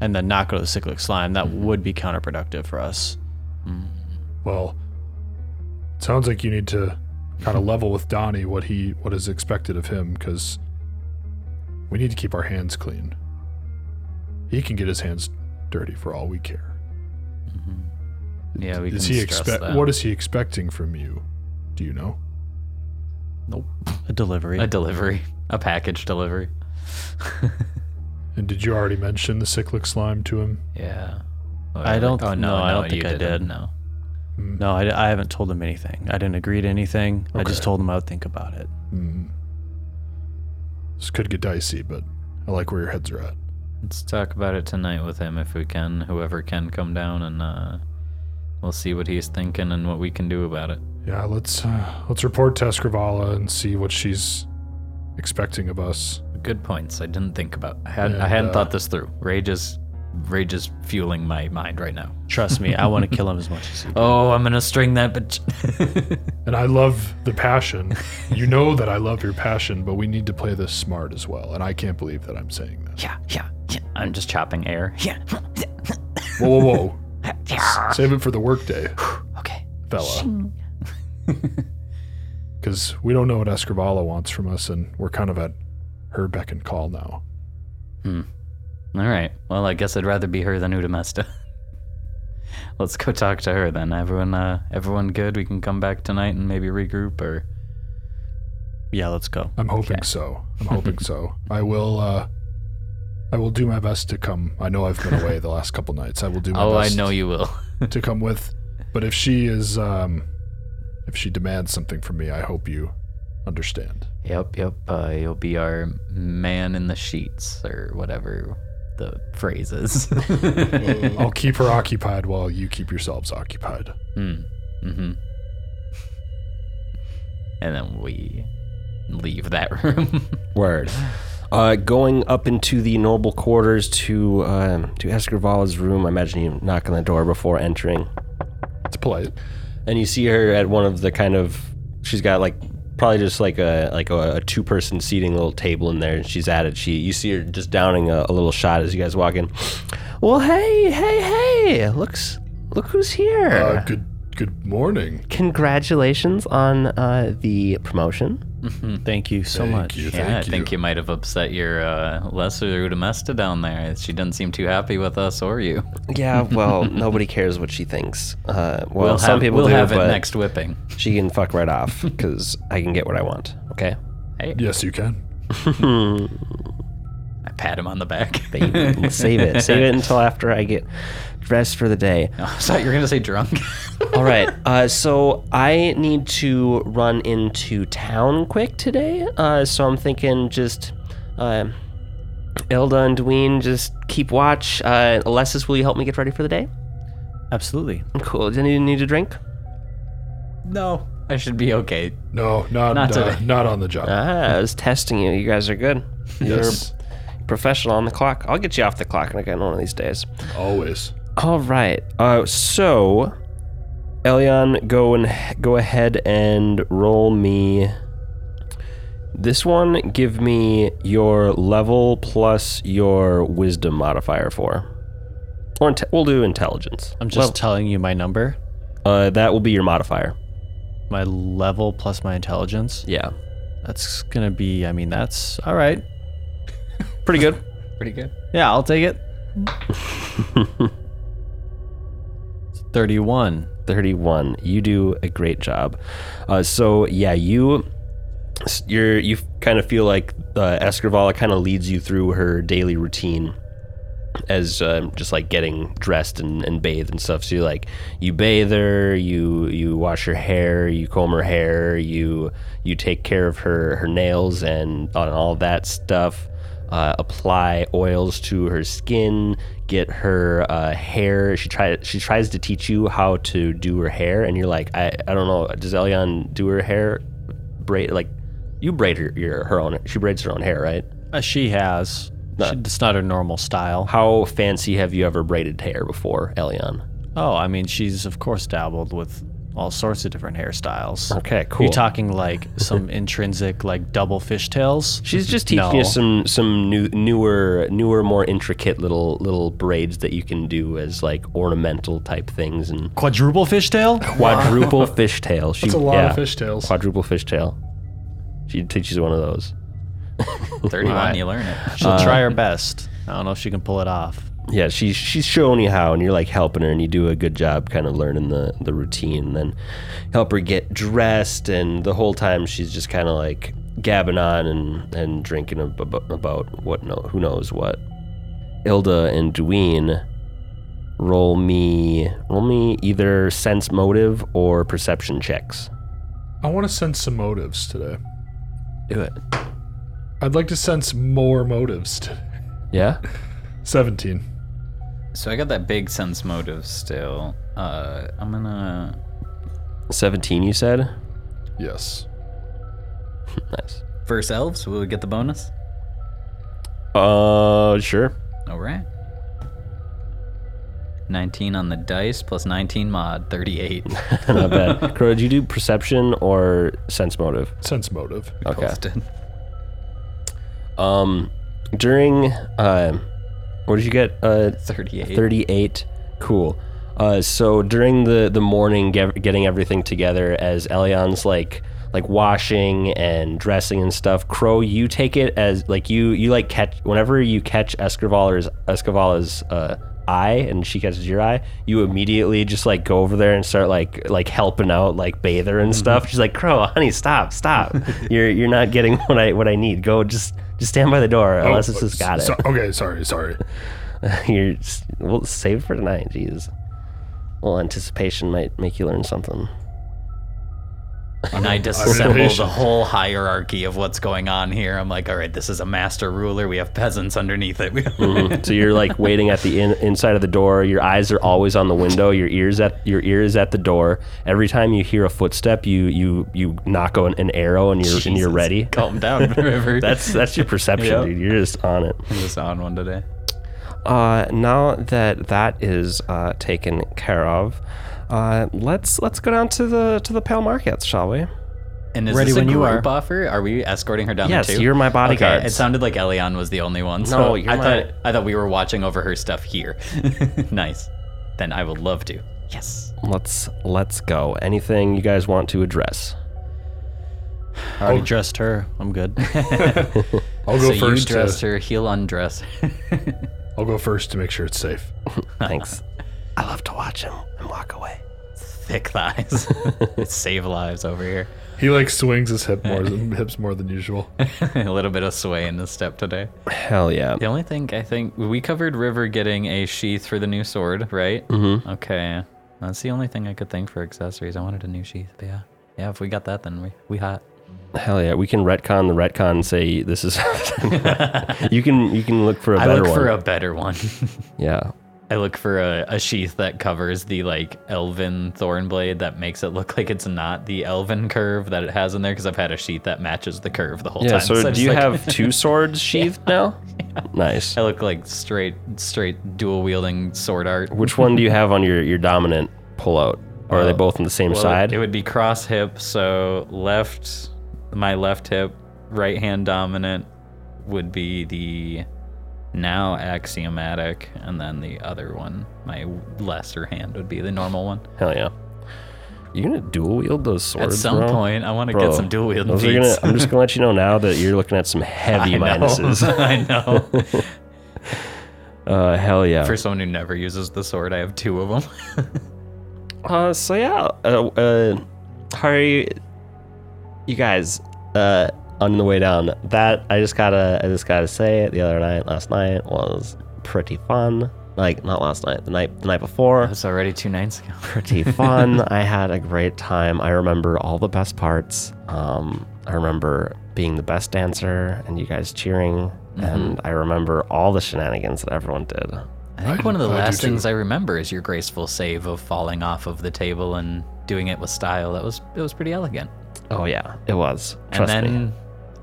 and then not go to the cyclic slime. That
Mm-hmm.
would be counterproductive for us.
well, it sounds like you need to kind of level with Donnie what he what is expected of him because we need to keep our hands clean. He can get his hands dirty for all we care.
Yeah, we
Is
can
he
stress
expect
that.
what is he expecting from you? Do you know?
Nope. A delivery.
a delivery, a package delivery.
And did you already mention the cyclic slime to him?
Yeah.
I don't-
Oh no,
no, I don't
you
think I
didn't,
did.
No.
No, I, I haven't told him anything. I didn't agree to anything. I just told him I would think about it.
Hmm. This could get dicey, but I like where your heads are at.
Let's talk about it tonight with him if we can. Whoever can come down and uh, we'll see what he's thinking and what we can do about it.
Yeah, let's uh, let's report to Escrivala and see what she's expecting of us.
Good points. I didn't think about. I had I
And,
hadn't
uh,
thought this through. Rage is rage is fueling my mind right now.
Trust me, I want to kill him as much as he.
Oh, I'm gonna string that bitch.
And I love the passion. you know that I love your passion, but we need to play this smart as well. And I can't believe that I'm saying that.
yeah, yeah, yeah. I'm just chopping air. Yeah.
Whoa, whoa, whoa! S- Save it for the workday,
Okay.
fella. Because we don't know what Escrivala wants from us, and we're kind of at her beck and call now.
All right. Well, I guess I'd rather be her than Udamesta. Let's go talk to her then. Everyone, uh, everyone good? We can come back tonight and maybe regroup, or
Yeah, let's go.
I'm hoping so. I'm hoping so. I will. uh I will do my best to come. I know I've been away the last couple nights. I will do my
oh, I
best
know you will.
to come with. But if she is, um if she demands something from me, I hope you understand.
yep, yep. Uh, you'll be our man in the sheets, or whatever the phrase is.
I'll keep her occupied while you keep yourselves occupied.
hmm And then we leave that room.
Word. Uh, going up into the noble quarters to um, to Escrivala's room. I imagine you knock on the door before entering,
It's polite.
and you see her at one of the kind of. She's got like probably just like a like a, a two person seating little table in there, and she's at it. She you see her just downing a, a little shot as you guys walk in. Well, hey, hey, hey! Looks look who's here.
Uh, good. Good morning.
Congratulations on uh, the promotion.
Thank you so much.
you.
yeah, I think you might have upset your uh, lesser Udamesta down there. She doesn't seem too happy with us or you.
Yeah, well, nobody cares what she thinks. Uh, well,
We'll
some
have,
people
we'll
do,
have it
but
next whipping.
she can fuck right off because I can get what I want. Okay.
Hey,
Yes, you can.
I pat him on the back.
baby. save it. Save it until after I get dressed for the day.
Oh, I thought you were gonna say drunk.
All right. Uh, so I need to run into town quick today. Uh, so I'm thinking just uh, Elda and Dween, just keep watch. Uh, Alessis, will you help me get ready for the day?
Absolutely.
Cool. Do you need a drink?
no, I should be okay.
No, not
Not
uh,
today.
not on the job.
Ah, I was testing you. You guys are good.
yes,
You're professional on the clock. I'll get you off the clock again one of these days.
always.
All right. Uh, so, Elion, go and go ahead and roll me. This one, give me your level plus your wisdom modifier for, or inte- we'll do intelligence.
I'm just telling you my number,
Uh, that will be your modifier.
my level plus my intelligence.
Yeah,
That's gonna be. I mean, that's all right.
pretty good.
Pretty good.
Yeah, I'll take it. It's 31.
31 you do a great job uh, so yeah you you're you kind of feel like uh, escrivala kind of leads you through her daily routine as um, just like getting dressed and, and bathed and stuff so you like you bathe her you you wash her hair you comb her hair you you take care of her her nails and on all that stuff uh, apply oils to her skin, get her uh, hair. She try she tries to teach you how to do her hair, and you're like, I, I don't know. Does Elion do her hair? Braid like you braid her your, her own. She braids her own hair, right?
Uh, she has.
No.
She, it's not her normal style.
How fancy have you ever braided hair before, Elion?
Oh, I mean, she's of course dabbled with all sorts of different hairstyles.
Okay,
Are
cool.
you talking like some intrinsic, like double fishtails?
Mm-hmm.
She's just teaching you
No.
some some new, newer newer more intricate little little braids that you can do as like ornamental type things and
Quadruple fishtail?
quadruple fishtail. She,
That's a lot
yeah.
of fishtails.
quadruple fishtail. She teaches one of those.
Thirty-one. You learn it.
She'll try
Uh,
her best. I don't know if she can pull it off.
Yeah, she's she's showing you how, and you're like helping her, and you do a good job, kind of learning the the routine. And then help her get dressed, and the whole time she's just kind of like gabbing on and and drinking ab- ab- about what no who knows what. Ilda and Dween, roll me roll me either sense motive or perception checks.
I want to sense some motives today.
Do it.
I'd like to sense more motives today.
Yeah.
17.
So I got that big sense motive still. Uh, I'm gonna
Seventeen, you said.
Yes.
nice.
first elves. Will we get the bonus?
Uh, sure.
All right. 19 on the dice plus 19 mod 38.
Not bad. Crow, did you do perception or sense motive?
Sense motive.
Okay.
Posted.
Um, during uh, what did you get? Uh,
38.
38 cool uh, so during the the morning get, getting everything together as Elion's like like washing and dressing and stuff crow you take it as like you you like catch whenever you catch Escravala's Escravala's uh eye and she catches your eye you immediately just like go over there and start like like helping out like bather and stuff she's like crow honey stop stop you're you're not getting what i what i need go just just stand by the door unless it's just got it
Oh, so- okay, sorry, sorry.
You're s- we'll save it for tonight. Jeez. Well, anticipation might make you learn something.
And I disassemble the
impatient.
whole hierarchy of what's going on here. I'm like, all right, this is a master ruler. We have peasants underneath it.
Hmm. so you're like waiting at the in, inside of the door. Your eyes are always on the window. Your ears at your ear is at the door. Every time you hear a footstep, you you you knock on an arrow and you're and you're
Jesus.
ready.
Calm down, River.
That's that's your perception,
Yep.
dude. You're just on it.
I was on one today.
Uh, now that that is uh, taken care of, uh, let's let's go down to the to the pale markets, shall we?
And is
Ready
this a
when you
group
are.
offer? Are we escorting her down
Yes,
the tube?
you're my bodyguard.
Okay, it sounded like Elion was the only one. So
No, you're
I
my-
thought I thought we were watching over her stuff here. nice. Then I would love to. Yes.
Let's let's go. Anything you guys want to address?
I
Oh.
already dressed her. I'm good.
I'll go
so
first.
you dress
to,
her, he'll undress.
I'll go first to make sure it's safe.
Thanks. I love to watch him and walk away.
thick thighs. Save lives over here.
He like swings his hip more, hips more than usual.
a little bit of sway in the step today.
Hell yeah.
The only thing I think we covered River getting a sheath for the new sword, right? Mm-hmm. Okay, that's the only thing I could think for accessories. I wanted a new sheath, but yeah, yeah. If we got that, then we we hot.
Hell yeah. We can retcon the retcon and say this is You can you can look for a
I
better
look
one.
for a better one.
yeah.
I look for a, a sheath that covers the like elven thorn blade that makes it look like it's not the elven curve that it has in there because I've had a sheath that matches the curve the whole
Yeah,
time.
so,
it's
do you
like-
have two swords sheathed now? Nice.
I look like straight straight dual wielding sword art.
Which one do you have on your, your dominant pullout? Or are they both on the same
Oh. Well,
side?
It would be cross hip, so left, my left hip, right hand dominant would be the now axiomatic, and then the other one, my lesser hand, would be the normal one.
Hell yeah. You're gonna dual wield those
At
swords.
some
bro?
point, I want to
Bro,
get some dual wielding
those are gonna,
feats.
I'm just gonna let you know now that you're looking at some heavy
I know.
minuses.
I know.
Uh, hell yeah.
For someone who never uses the sword, I have two of them.
Uh, so yeah, uh, uh, how are you, you guys, uh, on the way down? That I just gotta, I just gotta say, the other night, last night was pretty fun. Like not last night, the night, the night before,
That's already two nights ago.
pretty fun. I had a great time. I remember all the best parts. Um, I remember being the best dancer and you guys cheering, and I remember all the shenanigans that everyone did.
I think
I-
one of the
I do
last
too.
things I remember is your graceful save of falling off of the table and doing it with style. That was it was pretty elegant.
Oh yeah, it was. Trust
and
me.
then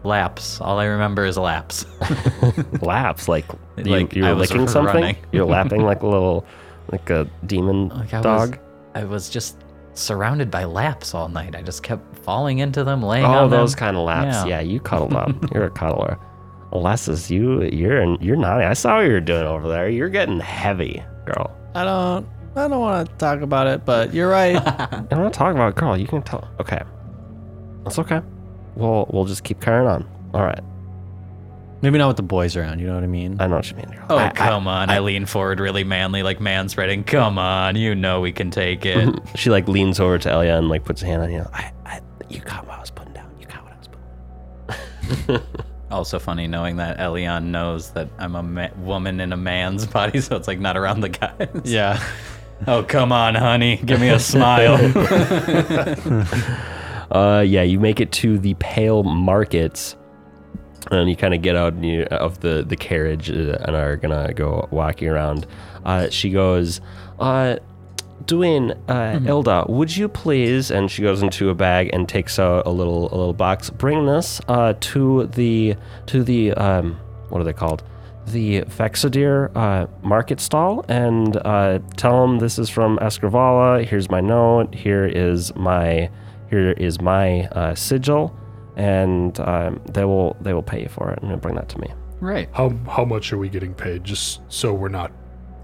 laps. All I remember is laps.
laps like you,
Like, I
you're
was
licking something
running.
you're lapping like a little like a demon
Like I
dog
was I was just surrounded by laps all night. I just kept falling into them, laying
oh
on them.
those kind of laps yeah.
Yeah.
you cuddled up you're a cuddler Alessis, you you're in, you're naughty i saw what you were doing over there you're getting heavy girl
I don't. I don't want to talk about it, but you're right.
i'm not talking about girl you can tell okay that's okay we'll we'll just keep carrying on all right
Maybe not with the boys around. You know what I mean?
i know what you mean girl.
Oh
I- I-
come on! I, lean forward really manly, like man spreading. Come on, you know we can take it.
she like leans over to elia and like puts a hand on you I, I you caught what i was putting down you caught what i was putting
also funny knowing that Elion knows that I'm a ma- woman in a man's body, so it's like not around the guys.
Yeah.
Oh come on, honey, give me a smile.
Uh, yeah, you make it to the Pale Markets, and you kind of get out and you, of the the carriage uh, and are gonna go walking around. Uh, she goes, uh, Duane, uh, Elda, would you please? And she goes into a bag and takes out a little a little box. Bring this uh, to the to the um, what are they called? The Vexadir uh, market stall, and uh, tell them this is from Escrivala. Here's my note. Here is my here is my uh, sigil, and um, they will they will pay you for it, and they'll bring that to me.
right.
How how much are we getting paid? Just so we're not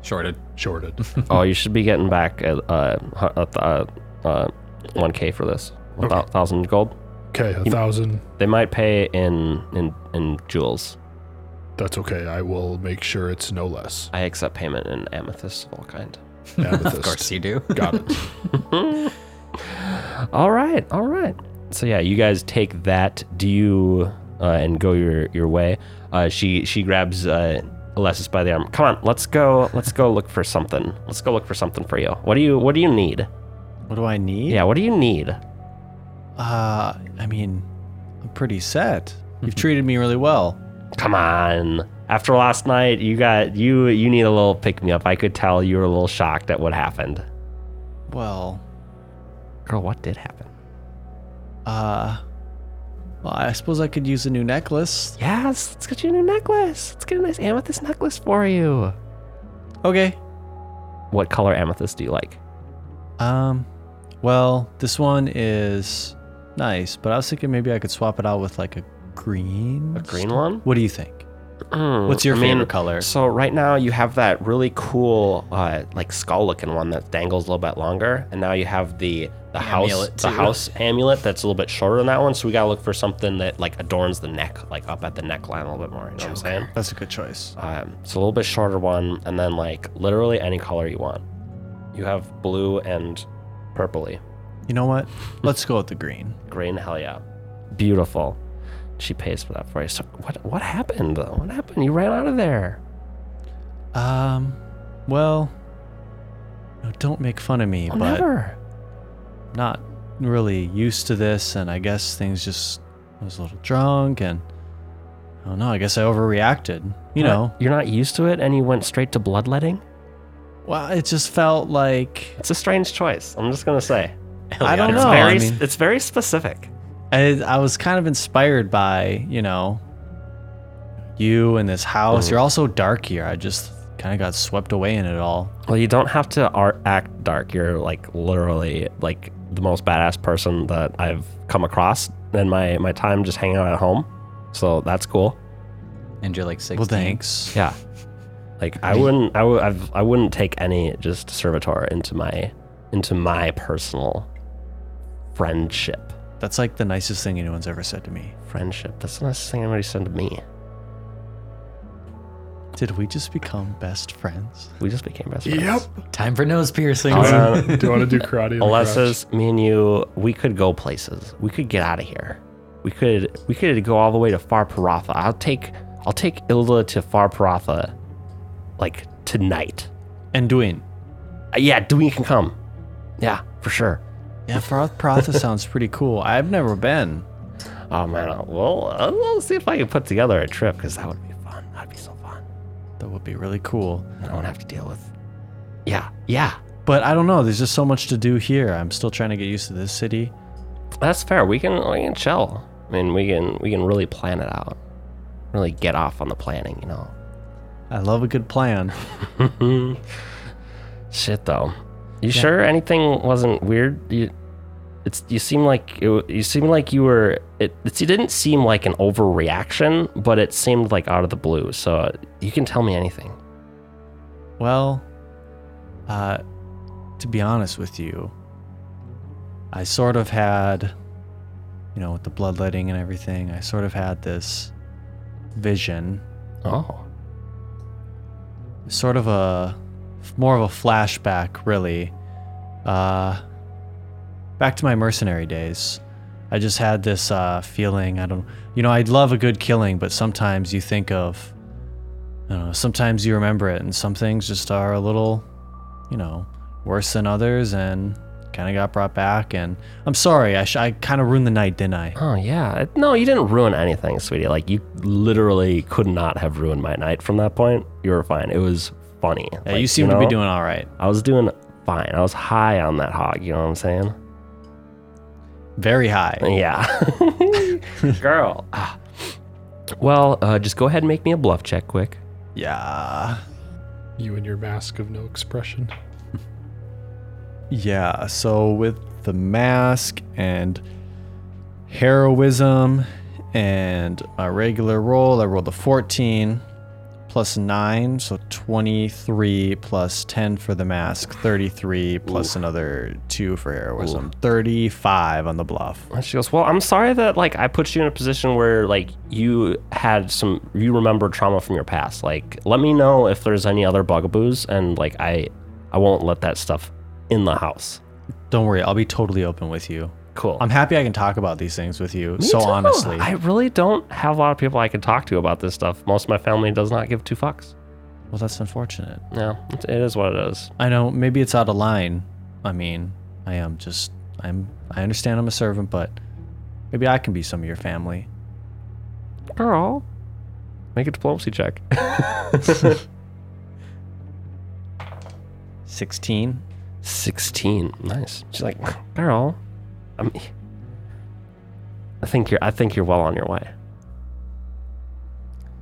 Shorted.
shorted.
oh, you should be getting back at uh, hu- a th- uh, uh, 1k for this, a thou- thousand gold.
Okay, a thousand.
They might pay in in in jewels.
That's okay. I will make sure it's no less.
I accept payment in amethyst of all kind.
Amethyst.
Of course you do.
Got it.
All right, all right. So yeah, you guys take that. Do you uh, and go your your way? Uh, she she grabs uh, Alessis by the arm. Come on, let's go. Let's go look for something. Let's go look for something for you. What do you What do you need?
What do I need?
Yeah, what do you need?
Uh, I mean, I'm pretty set. You've
Mm-hmm.
treated me really well.
Come on. After last night, you got you you need a little pick me up. I could tell you were a little shocked at what happened.
Well,
Girl, what did happen?
uh, well, I suppose I could use a new necklace.
Yes, let's get you a new necklace. Let's get a nice amethyst necklace for you.
Okay.
What color amethyst do you like?
Um, well, this one is nice, but I was thinking maybe I could swap it out with like a green.
A green one?
What do you think?
Mm,
What's your
I mean,
favorite color?
So right now you have that really cool uh, like skull looking one that dangles a little bit longer, and now you have the the house
Amulet,
the
too.
house amulet that's a little bit shorter than that one. So we gotta look for something that like adorns the neck, like up at the neckline a little bit more. You know what I'm saying?
That's a good choice.
Um, it's a little bit shorter one, and then like literally any color you want. You have blue and purpley.
You know what? Let's go with the green.
Green, hell yeah. Beautiful. She pays for that for you. So what what happened? What happened? You ran out of there.
Um, well, no, don't make fun of me,
I'll
but
Oh, never.
I'm not really used to this, and I guess things just I was a little drunk, and I don't know. I guess I overreacted. You
What?
know,
You're not used to it and you went straight to bloodletting?
well, it just felt like
It's a strange choice. I'm just gonna say.
I don't
It's
know.
very
I mean,
it's very specific.
I, I was kind of inspired by you know you and this house. You're all so dark here. I just kind of got swept away in it all.
Well, you don't have to ar act dark. You're like literally like the most badass person that I've come across in my my time just hanging out at home. So that's cool.
And you're like 16.
Well, thanks.
Yeah. Like I wouldn't I would I've, I wouldn't take any just servitor into my into my personal friendship.
That's like the nicest thing anyone's ever said to me.
Friendship. That's the nicest thing anybody said to me.
Did we just become best friends?
We just became best friends.
Yep.
Time for nose piercings.
Uh,
do you want to do karate? in the garage?
Alessa's, me and you, we could go places. We could get out of here. We could we could go all the way to Far Paratha. I'll take I'll take Ilda to Far Paratha, like tonight.
And Dwayne.
Uh, yeah, Dwayne can come. Yeah, for sure.
Yeah, Froth Protha sounds pretty cool. I've never been.
Oh man, uh, well uh, we'll see if I can put together a trip because that would be fun. That'd be so fun.
That would be really cool.
I don't have to deal with. Yeah, yeah,
But I don't know. There's just so much to do here. I'm still trying to get used to this city.
that's fair. We can we can chill. I mean, we can we can really plan it out. Really get off on the planning, you know.
I love a good plan.
Shit, though. You sure anything wasn't weird? You, it's you seem like it, w- you seem like you were. It, it didn't seem like an overreaction, but it seemed like out of the blue. So uh, you can tell me anything.
Well, uh, to be honest with you, I sort of had, you know, with the bloodletting and everything, I sort of had this vision,
Oh,
sort of a, more of a flashback, really. Uh, back to my mercenary days. I just had this uh, feeling. I don't, you know, I'd love a good killing, but sometimes you think of, I don't know, sometimes you remember it, and some things just are a little, you know, worse than others, and kind of got brought back. And I'm sorry, I, sh- I kind of ruined the night, didn't I?
oh yeah. It- No, you didn't ruin anything, sweetie. Like you literally could not have ruined my night from that point. You were fine. It was funny.
Yeah,
Like,
you seem to be
know,
doing all right.
I was doing fine. I was high on that hog. You know what I'm saying?
Very high.
Yeah. Oh. Girl. Ah. Well, uh, just go ahead and make me a bluff check quick.
Yeah.
You and your mask of no expression.
Yeah, so with the mask and heroism and my regular roll, I rolled a 14 plus 9, so 23 plus 10 for the mask, 33 plus another 2 for heroism, 35 on the bluff.
And she goes, "Well, I'm sorry that like I put you in a position where like you had some you remember trauma from your past. Like, let me know if there's any other bugaboos, and like I, I won't let that stuff in the house.
Don't worry, I'll be totally open with you.
Cool.
I'm happy I can talk about these things with you so
Me too.
honestly.
I really don't have a lot of people I can talk to about this stuff. Most of my family does not give two fucks.
well, that's unfortunate.
No, it it is what it is.
I know maybe it's out of line. I mean, I am just I'm I understand I'm a servant, but maybe I can be some of your family.
Girl, make a diplomacy check.
16.
16. Nice. She's like, girl, I'm, e-" I think you're. I think you're well on your way.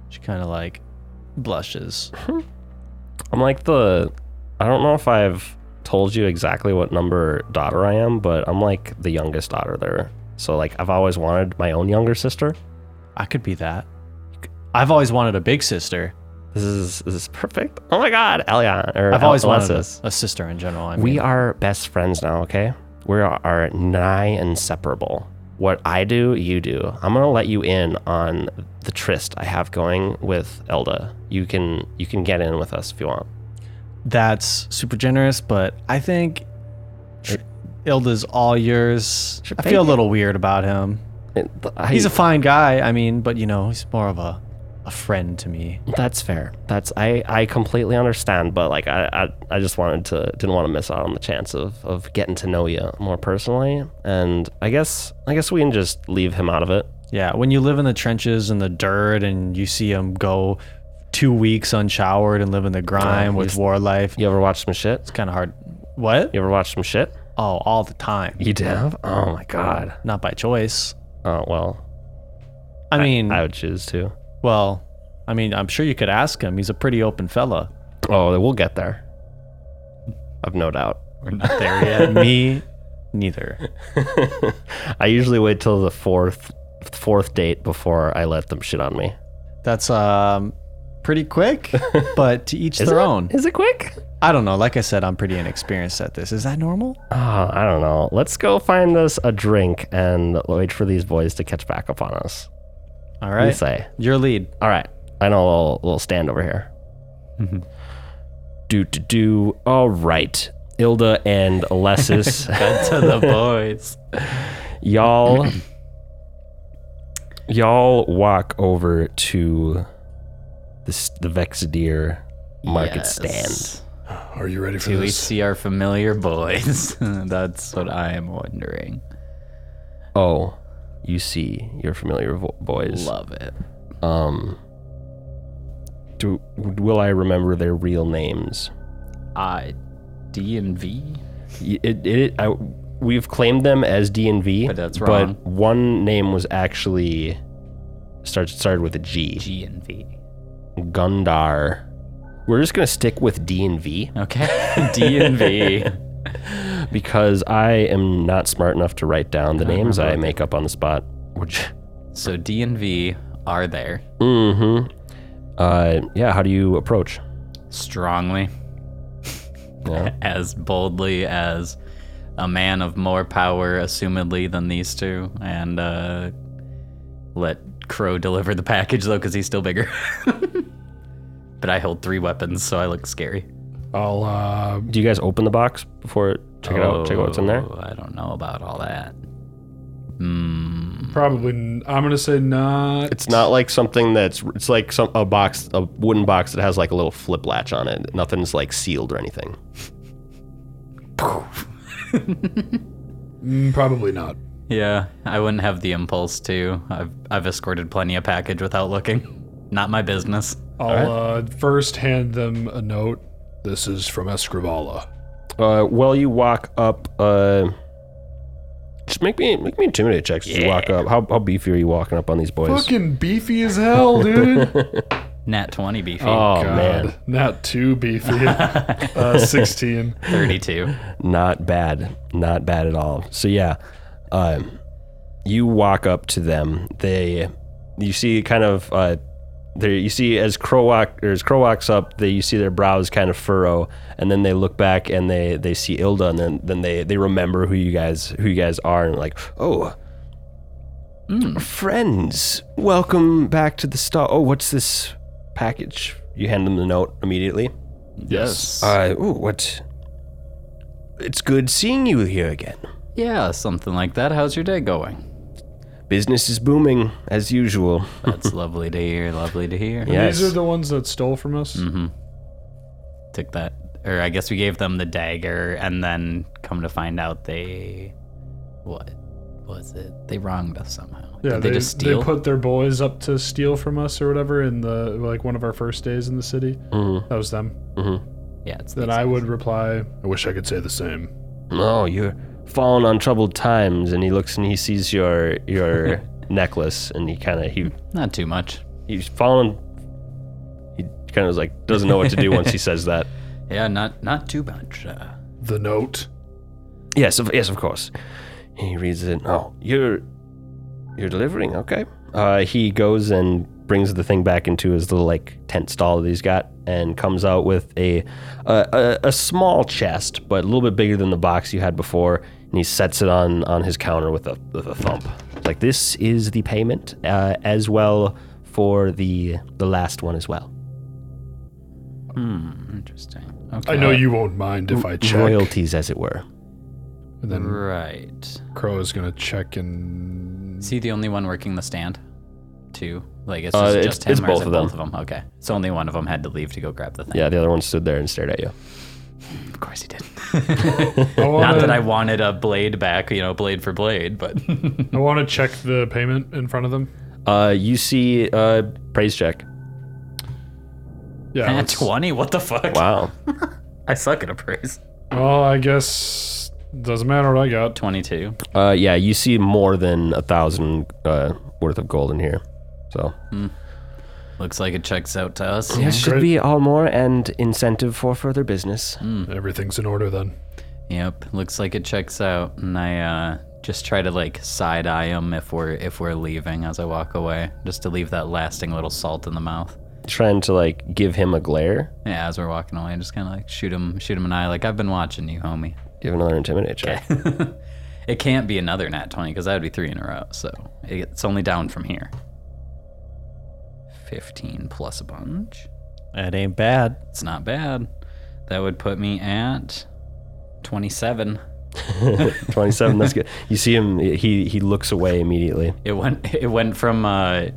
She kind of like blushes.
I'm like the. I don't know if I've told you exactly what number daughter I am, but I'm like the youngest daughter there. So like I've always wanted my own younger sister.
I could be that. I've always wanted a big sister.
This is this is perfect. Oh my god, Elian. Or
I've always wanted a,
Alessis.
a sister in general. I mean,
We are best friends now, okay? We are, are nigh inseparable. What I do, you do. I'm gonna let you in on the tryst I have going with Elda. You can you can get in with us if you want.
that's super generous, but I think Ilda's all yours.
Sure,
I feel a
baby.
little weird about him.
I,
He's a fine guy, I mean, but you know, he's more of a, a friend to me.
that's fair. That's I, I completely understand, but like I, I, I just wanted to didn't want to miss out on the chance of, of getting to know you more personally. And I guess I guess we can just leave him out of it.
Yeah, when you live in the trenches and the dirt and you see him go two weeks unshowered and
Oh,
live in the grime with war life,
You ever watch some shit?
it's kind of hard. What?
You ever watch some shit?
Oh, all the time.
You did? Oh my god.
Not by choice.
Oh well.
I mean,
I would choose to.
well, I mean, I'm sure you could ask him. He's a pretty open fella.
Oh, we'll get there. I've no doubt.
We're not there yet.
me, neither.
I usually wait till the fourth fourth date before I let them shit on me.
That's um pretty quick, but to each their own.
Is it quick?
I don't know. Like I said, I'm pretty inexperienced at this. Is that normal?
Ah, I don't know. Let's go find us a drink and wait for these boys to catch back up on us.
All
What do you
right.
say?
Your lead.
All right. I know a little, little stand over here.
Mm-hmm.
Do, do, do. All right. Ilda and Alessis.
to the boys.
y'all y'all walk over to this the Vexadeer market stand.
Yes.
Are you ready for
Do we
this?
see our familiar boys? That's what I am wondering.
Oh, you see your familiar vo- boys.
Love it.
Um do, will I remember their real names?
I D and V.
Y- It, it, I, we've claimed them as D and V,
But that's wrong.
But one name was actually started started with a G.
G and V.
Gundar. We're just gonna stick with D and V.
Okay. D and V.
because I am not smart enough to write down the names I make up on the spot. Which,
So D and V are there
mm-hmm. Uh, yeah. How do you approach?
strongly,
Yeah.
as boldly as a man of more power, assumedly, than these two, and uh, let Crow deliver the package though, because he's still bigger. but I hold three weapons, so I look scary.
I'll uh,
Do you guys open the box before check it out? Check out what's in there.
Oh, I don't know about all that. Hmm.
probably. n- I'm gonna say not.
It's not like something that's. It's like some a box, a wooden box that has like a little flip latch on it. Nothing's like sealed or anything.
mm, probably not.
Yeah, I wouldn't have the impulse to. I've I've escorted plenty of package without looking. Not my business.
I'll uh, first hand them a note. This is from Escrivala.
Uh, well, you walk up. Uh, just make me make me intimidate checks as you walk up. How, how beefy are you walking up on these boys?
Fucking beefy as hell, dude.
Nat 20 beefy.
oh man,
not too beefy. uh, Sixteen.
32.
not bad not bad at all so yeah um, you walk up to them they you see kind of uh, there you see as crow walk or as crow walks up they you see their brows kind of furrow and then they look back and they they see ilda and then then they they remember who you guys who you guys are and like oh friends welcome back to the star oh what's this package you hand them the note immediately
Yes.
uh, ooh, what? It's good seeing you here again.
Yeah, something like that. How's your day going?
Business is booming as usual.
That's lovely to hear. Lovely to hear.
Yes.
These are the ones that stole from us.
Took that. Or I guess we gave them the dagger, and then come to find out they. What was it? They wronged us somehow.
Yeah,
Did
they,
they, just steal?
they put their boys up to steal from us or whatever in the like one of our first days in the city. That was them.
Mm-hmm.
yeah, it's
Then
these.
I would reply, I wish I could say the same.
Oh, you're falling on troubled times, and he looks and he sees your your necklace, and he kind of he
Not too much.
he's falling. He kind of is like doesn't know what to do once he says that.
Yeah, not not too much. Uh,
The note.
Yes, of, yes, of course. He reads it. Oh, you're you're delivering, okay? Uh, he goes and brings the thing back into his little like tent stall that he's got, and comes out with a a, a, a small chest, but a little bit bigger than the box you had before. And he sets it on on his counter with a with a thump. Like this is the payment, uh, as well for the the last one as well.
hmm, interesting. Okay. Uh,
I know you won't mind if I check.
Royalties, as it were.
And then
Right.
Crow is going to check and.
Is he the only one working the stand? Two. Like it's
Uh,
just,
it's-
just him
it's
or
both
is it
of
both of them? Okay. So only one of them had to leave to go grab the thing.
Yeah, the other one stood there and stared at you.
Of course he did.
I
Not
wanna,
that I wanted a blade back, you know, blade for blade, but
I want to check the payment in front of them.
Uh, you see uh, praise check.
Yeah. let's-
twenty. What the fuck?
Wow.
I suck at appraise.
Well, I guess doesn't matter what I got.
Twenty-two.
Uh, yeah, you see more than a thousand uh, worth of gold in here. So
Looks like it checks out to us.
it should
Mm. Great. Mm.
be all more and incentive for further business.
Everything's in order then.
Yep. Looks like it checks out, and I uh, just try to like side eye him if we're if we're leaving as I walk away, just to leave that lasting little salt in the mouth.
Trying to like give him a glare.
Yeah, as we're walking away, just kind of like shoot him, shoot him an eye, like I've been watching you, homie.
Give another intimidate check.
It can't be another nat 20 because that would be three in a row. So it's only down from here. 15 plus a bunch.
That ain't bad.
It's not bad. That would put me at 27.
Twenty-seven. That's good. You see him. He he looks away immediately.
It went it went from uh,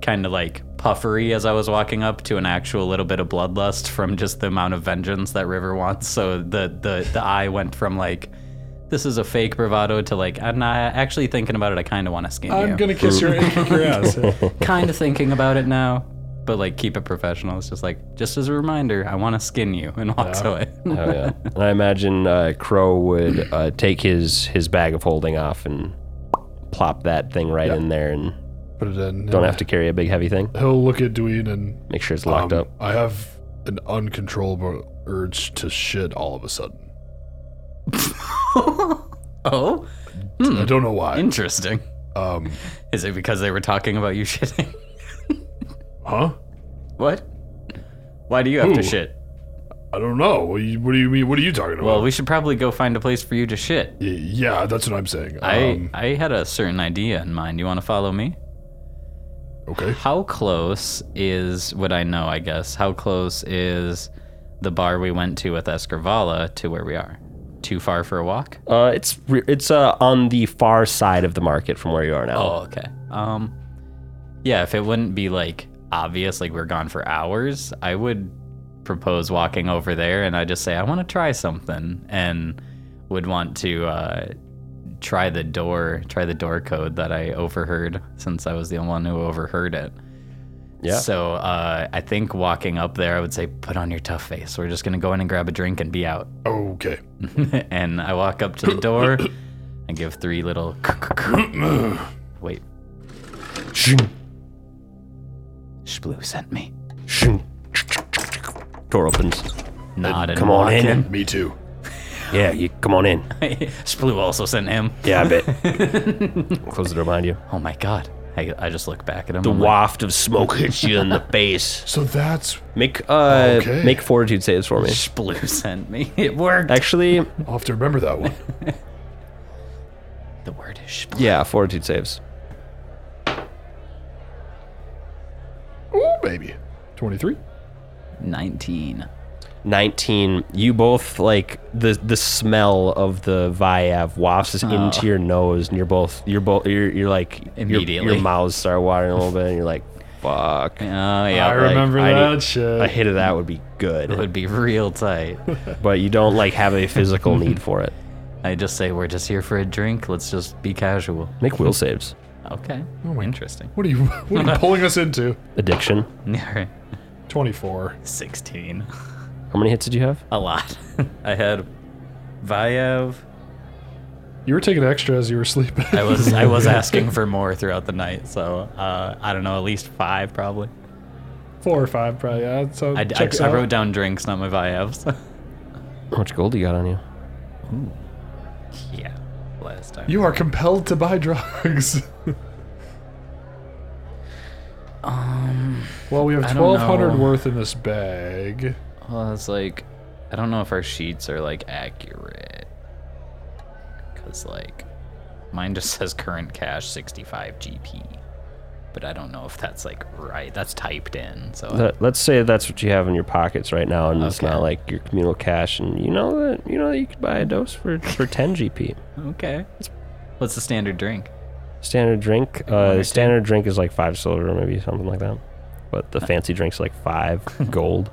kind of like puffery as I was walking up to an actual little bit of bloodlust from just the amount of vengeance that River wants. So the the the eye went from like this is a fake bravado to like I'm not actually thinking about it. I kind of want to skin you.
I'm gonna kiss your and kick your ass.
kind of thinking about it now, but like keep it professional. It's just like, just as a reminder, I want to skin you and walks away.
Oh yeah. And I imagine uh, Crow would uh, take his his bag of holding off and plop that thing right in there, and
Put it in.
don't have to carry a big heavy thing.
He'll look at Dwayne and
Make sure it's locked
Um,
up.
I have an uncontrollable urge to shit all of a sudden.
oh,
I don't know why.
interesting.
Um,
Is it because they were talking about you shitting?
huh?
what? Why do you have to
Ooh.
shit?
I don't know. What do you, what do you mean? What are you talking about?
Well, we should probably go find a place for you to shit.
Y- yeah, that's what I'm saying.
I
um,
I had a certain idea in mind. You want to follow me?
okay.
How close is what I know? I guess. How close is the bar we went to with Escarvala to where we are? Too far for a walk?
Uh, it's re- it's uh, on the far side of the market from where you are now.
Oh, okay. Um, yeah, if it wouldn't be like obvious, like we're gone for hours, I would propose walking over there, and I just say I want to try something, and would want to uh, try the door, try the door code that I overheard, since I was the one who overheard it.
Yeah.
So uh, I think walking up there, I would say, put on your tough face. We're just gonna go in and grab a drink and be out.
Okay.
and I walk up to the door and give three little. Wait. Sploo sent me.
Door opens.
Nodded.
Come on in.
Me too.
Yeah, you come on in.
Sploo also sent him.
Yeah, I bet. Close the door behind you.
Oh my god. I, I just look back at him.
The
I'm like,
waft of smoke hits you in the face.
So that's.
Make uh,
Okay.
make fortitude saves for me.
Sploo sent me. It worked.
Actually,
I'll have to remember that one.
the word is sploo.
yeah, fortitude saves.
Ooh, baby. Twenty-three.
19.
19 you both like the the smell of the viav wafts into your nose and you're both you're both you're, you're like your- your,
Immediately.
mouths start watering a little bit and you're like fuck
Oh, yeah.
I
like,
remember
I
that
need-
shit.
a hit of that would be
it
good
would be real tight.
but you don't like have a physical need for it
I just say, we're just here for a drink. Let's just be casual.
make will saves
Okay.
my-
Interesting.
what are you? What are you pulling us into?
addiction
All right.
Twenty-four.
16.
how many hits did you have
A lot. I had Vayev.
You were taking extra as you were sleeping.
I was I was asking for more throughout the night, so uh, I don't know, at least five probably.
Four or five, probably. Yeah, so
I, I,
checks
I
out.
wrote down drinks, not my Vayevs.
how much gold do you got on you
yeah, last time.
You are compelled to buy drugs. um. Well, we have
Um, I don't
twelve hundred
know.
worth in this bag.
Well, it's like I don't know if our sheets are like accurate, cause like mine just says current cash 65 GP, but but I don't know if that's like right. That's typed in. So
Let- Let's say that's what you have in your pockets right now, and it's
Okay.
not like your communal cash. And you know that you know that you could buy a dose for for 10 GP.
okay. What's the standard drink?
Standard drink, uh, standard drink is like five silver, maybe something like that. But the fancy drink's like five gold.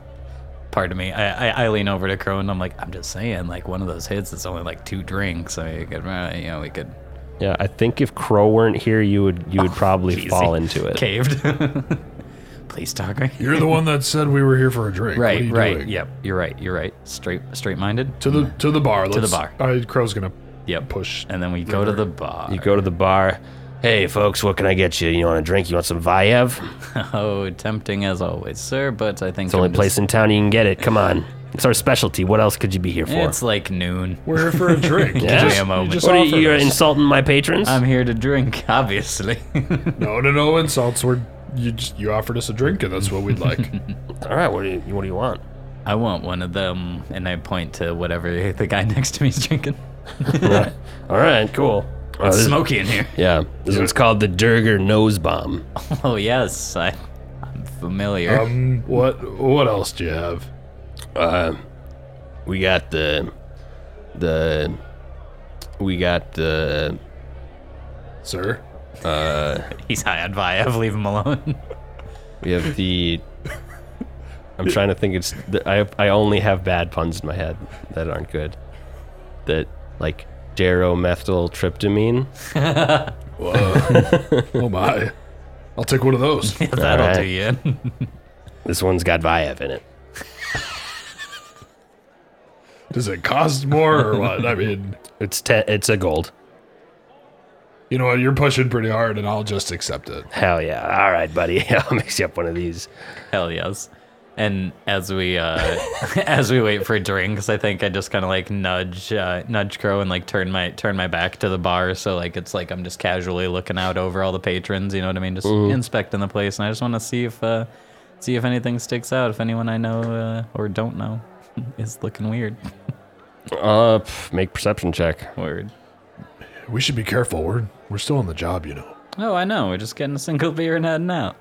Pardon me. I, I, I lean over to Crow and I'm like, I'm just saying, like one of those hits is only like two drinks. So you could, uh, you know, we could
Yeah, I think if Crow weren't here, you would you would probably
Jeez,
fall
he
into it.
Caved. Please talk.
You're the one that said we were here for a drink. What are
Right,
you
right.
doing?
Yep, you're right. You're right. Straight, straight minded.
To the to the bar. Let's,
the bar.
Uh, Crow's gonna
Yep.
push.
And then we go to the bar.
You go to the bar. Hey, folks, what can I get you? You want a drink? You want some Viev?
Oh, tempting as always, sir. But I think
It's the only
I'm
place
just-
in town you can get it. Come on, it's our specialty. What else could you be here for?
It's like noon.
We're here for a drink.
Yeah.
You
Give me a moment.
you just
What are
offered
you, you're
us.
insulting my patrons?
I'm here to drink, obviously.
No, no, no insults. We're you just you offered us a drink, and that's what we'd like.
All right, what do you what do you want?
I want one of them, and I point to whatever the guy next to me is drinking.
All right, cool. Uh,
It's
this-
smoky in here.
Yeah, this one's called the Durger Nose Bomb.
Oh yes, I, I'm familiar.
um, what what else do you have?
Uh, we got the the we got the
Sir,
He's high on Viev. Leave him alone.
we have the. I'm trying to think. It's the, I I only have bad puns in my head that aren't good. That like daromethyltryptamine.
oh my, I'll take one of those.
That'll
right.
do you. in.
This one's got Viev in it.
Does it cost more or what? I mean,
It's te- it's a gold.
you know what? You're pushing pretty hard, and I'll just accept it.
Hell yeah! All right, buddy. I'll mix you up one of these.
Hell yes. And as we uh, as we wait for drinks, I think I just kind of like nudge uh, nudge Crow and like turn my turn my back to the bar, so like it's like I'm just casually looking out over all the patrons. You know what I mean? Just inspecting the place, and I just want to see if uh, see if anything sticks out, if anyone I know uh, or don't know is looking weird.
Uh, pff, make perception check.
Word.
We should be careful. We're we're still on the job, you know.
Oh, I know. We're just getting a single beer and heading out.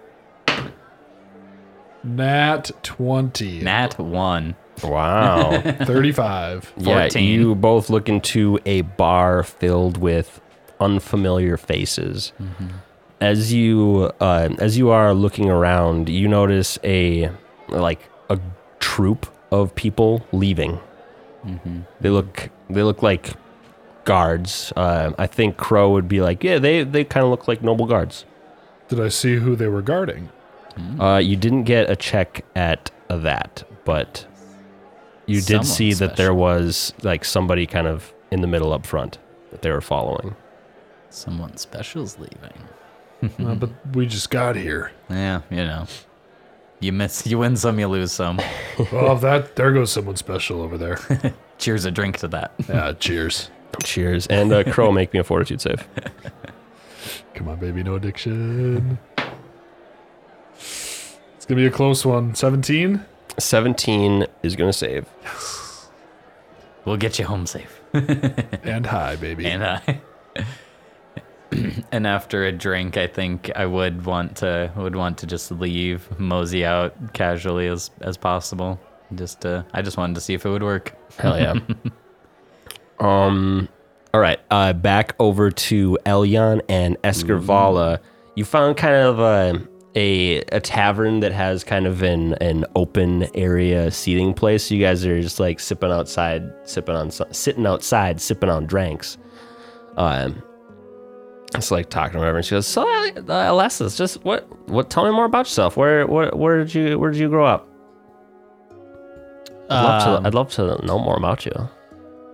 Nat 20,
Nat one.
Wow.
35.
Yeah,
14.
you both look into a bar filled with unfamiliar faces. As you uh, as you are looking around, you notice a like a troop of people leaving.
Mm-hmm.
They look they look like guards. Uh, I think Crow would be like, yeah, they they kind of look like noble guards.
Did I see who they were guarding?
Uh, you didn't get a check at that, but you did
Someone
see that there
special.
was like somebody kind of in the middle up front that they were following.
Someone special's leaving. Mm-hmm.
Uh, but we just got here.
Yeah, you know. You miss, you win some, you lose some.
Well, Oh, that there goes someone special over there.
Cheers a drink to that.
Yeah, cheers.
Cheers. And uh, Crow, make me a fortitude save.
Come on, baby, no addiction. It's gonna be a close one. 17.
17 is going to save.
We'll get you home safe.
and high, baby.
And I. and after a drink, I think I would want to would want to just leave, mosey out casually as as possible. Just uh, I just wanted to see if it would work.
Hell yeah. um, all right. Uh, back over to Elyon and Escarvala. You found kind of a, a a tavern that has kind of an an open area seating place. You guys are just like sipping outside, sipping on so- sitting outside, sipping on drinks. Um. It's like talking to her, and she goes, "So, uh, Alessis, just what, what? Tell me more about yourself. Where, where, where did you, where did you grow up? I'd love
Um,
to, I'd love to know more about you."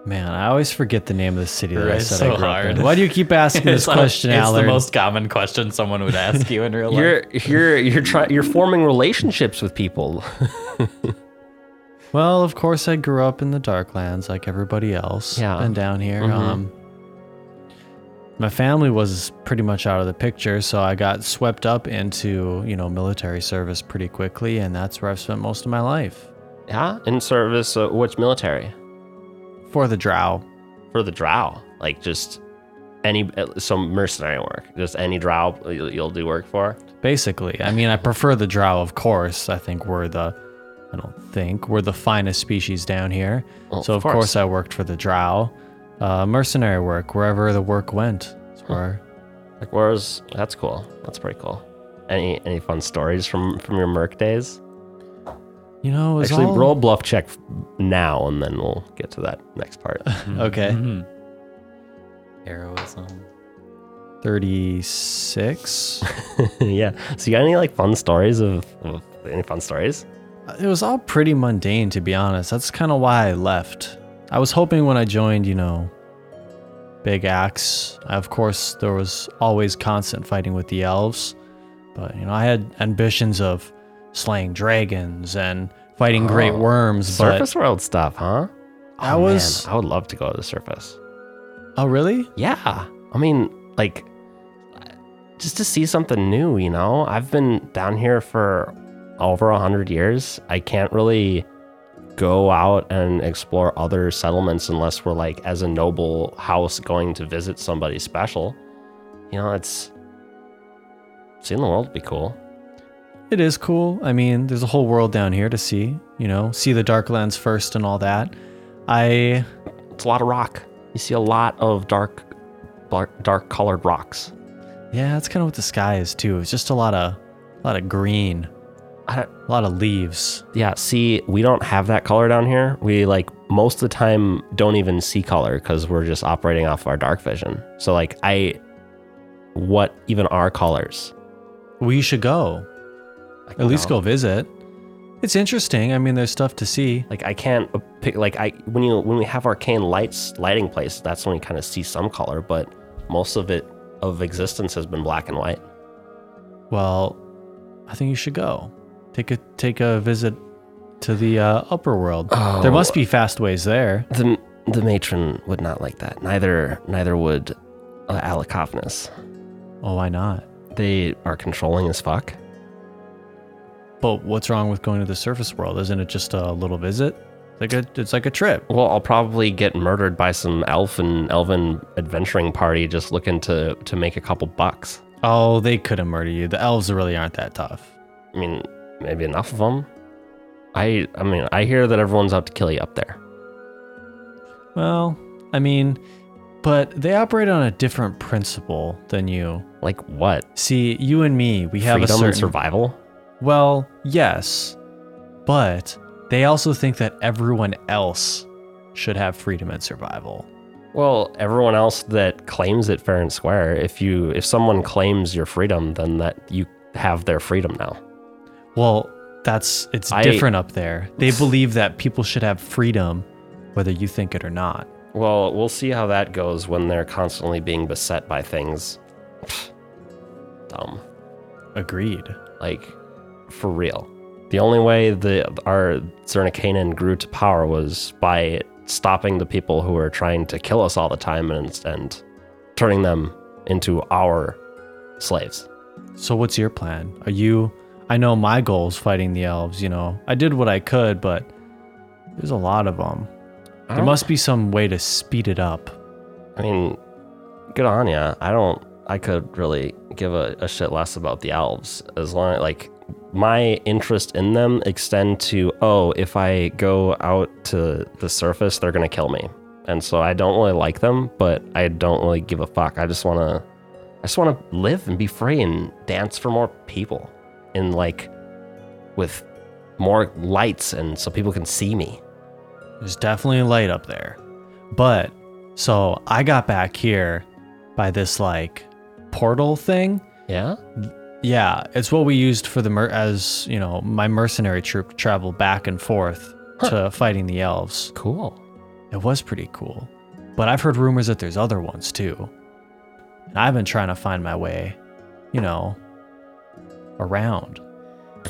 Man, I always forget the name of the city that I
Right,
said
so
I grew
hard.
up in. Why do you keep asking this
like-
question,
it's the
Allard?
most common question someone would ask you in real life.
You're you're you're trying you're forming relationships with people.
Well, of course, I grew up in the Darklands like everybody else.
Yeah.
Been down here.
Mm-hmm.
Um, my family was pretty much out of the picture, so I got swept up into, you know, military service pretty quickly, and that's where I've spent most of my life.
Yeah, in service uh, which military
For the Drow.
for the Drow? Like just any some mercenary work, just any drow you'll, you'll do work for.
Basically, I mean, I prefer the drow, of course. I think we're the, I don't think we're the finest species down here.
Well,
so
of
of course.
course.
I worked for the drow. Uh, mercenary work, wherever the work went, is
Hmm.
where
Like, where's that's cool. That's pretty cool. Any any fun stories from from your merc days?
you know. It was
Actually,
all-
roll bluff check now, and then we'll get to that next part.
Okay,
Mm-hmm.
Heroism.
thirty-six.
yeah. So you got any like fun stories of, of any fun stories?
It was all pretty mundane, to be honest. That's kind of why I left. I was hoping when I joined, you know, Big Axe. Of course, there was always constant fighting with the elves, but you know, I had ambitions of slaying dragons and fighting great
Oh,
worms.
Surface world stuff, huh? Oh,
but I was.
Man, I would love to go to the surface.
Oh, really?
Yeah. I mean, like, just to see something new, you know? I've been down here for over 100 years. I can't really go out and explore other settlements unless we're, like, as a noble house going to visit somebody special. You know, it's. Seeing the world would be cool.
It is cool. I mean, there's a whole world down here to see. You know, see the Darklands first and all that. I
It's a lot of rock. You see a lot of dark, dark, dark colored rocks.
yeah, that's kind of what the sky is too. It's just a lot of, a lot of green,
I don't,
a lot of leaves.
Yeah, see, we don't have that color down here. We like most of the time don't even see color because we're just operating off our dark vision. So like I, what even are colors?
We should go.
Like,
At least
no.
go visit. It's interesting. I mean, there's stuff to see.
Like I can't pick. Like I when you when we have arcane lights lighting place, that's when we kind of see some color, but most of it of existence has been black and white.
Well, I think you should go. Take a take a visit to the uh, upper world.
Oh.
There must be fast ways there.
The the matron would not like that. Neither neither would uh, Alakofnis.
Oh, why not?
They are controlling as fuck.
But what's wrong with going to the surface world? Isn't it just a little visit? Like a, it's like a trip.
Well, I'll probably get murdered by some elf and elven adventuring party just looking to to make a couple bucks.
Oh, they could have murdered you. The elves really aren't that tough.
I mean, maybe enough of them. I I mean, I hear that everyone's out to kill you up there.
Well, I mean, but they operate on a different principle than you.
Like what?
See, you and me, we have
Freedom
a
and
certain
survival?
Well, yes, but they also think that everyone else should have freedom and survival.
Well, everyone else that claims it fair and square, if you if someone claims your freedom, then that you have their freedom now.
Well, that's it's
I-
different up there. They believe that people should have freedom whether you think it or not.
Well, we'll see how that goes when they're constantly being beset by things. Dumb.
Agreed.
like for real. The only way the our Zernikanan grew to power was by stopping the people who were trying to kill us all the time and and turning them into our slaves.
So what's your plan? Are you I know my goal is fighting the elves, you know. I did what I could, but there's a lot of them. There must be some way to speed it up.
I mean, good on ya. I don't. I could really give a, a shit less about the elves as long like my interest in them extend to oh if I go out to the surface they're gonna kill me and so I don't really like them but I don't really give a fuck I just wanna I just wanna live and be free and dance for more people and like with more lights and so people can see me
There's definitely light up there. But so I got back here by this like portal thing.
yeah
Yeah, it's what we used for the mer- as, you know, my mercenary troop traveled back and forth to fighting the elves.
cool
It was pretty cool. But I've heard rumors that there's other ones too. And I've been trying to find my way, you know, around.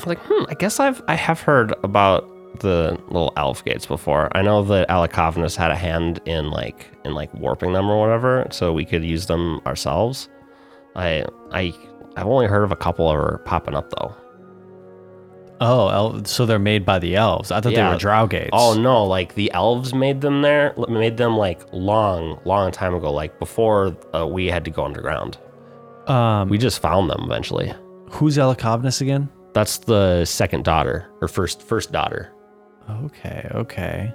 like, hmm, I guess I've I have heard about the little elf gates before. I know that Alakovnis had a hand in like in like warping them or whatever, so we could use them ourselves. I I I've only heard of a couple of her popping up though.
Oh, el- so they're made by the elves. I thought they
Yeah.
were drow gates.
Oh no, like the elves made them there, made them like long, long time ago, like before uh, we had to go underground.
um,
We just found them eventually.
who's Elacobnus again?
That's the second daughter or first first daughter.
Okay, okay.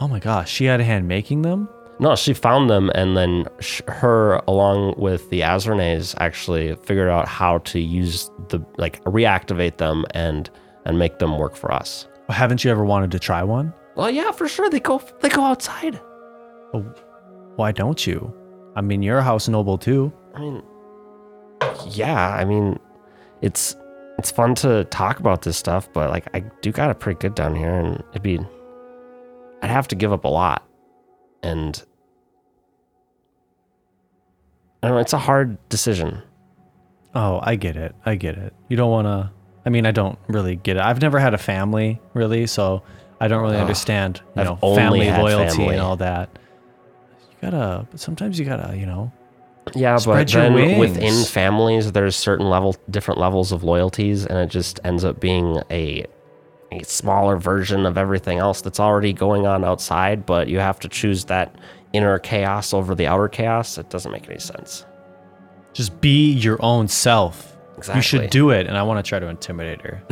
Oh my gosh, she had a hand making them.
No, she found them, and then sh- her, along with the Azranes, actually figured out how to use the like reactivate them and and make them work for us.
Haven't you ever wanted to try one?
Well, yeah, for sure. They go they go outside.
Why don't you? I mean, you're a house noble too.
I mean, yeah, I mean, it's it's fun to talk about this stuff, but like I do got it pretty good down here, and it'd be I'd have to give up a lot, and I don't know. It's a hard decision.
Oh, I get it. I get it. You don't want to. I mean, I don't really get it. I've never had a family really, so I don't really
Ugh.
understand you
I've
know
only
family
had
loyalty
family.
and all that. You gotta. But sometimes you gotta. You know.
Yeah,
Spread
but
your
then
wings.
within families, there's certain level, different levels of loyalties, and it just ends up being a a smaller version of everything else that's already going on outside. But you have to choose that inner chaos over the outer chaos. It doesn't make any sense.
Just be your own self. You
Exactly.
should do it. And I want to try to intimidate her.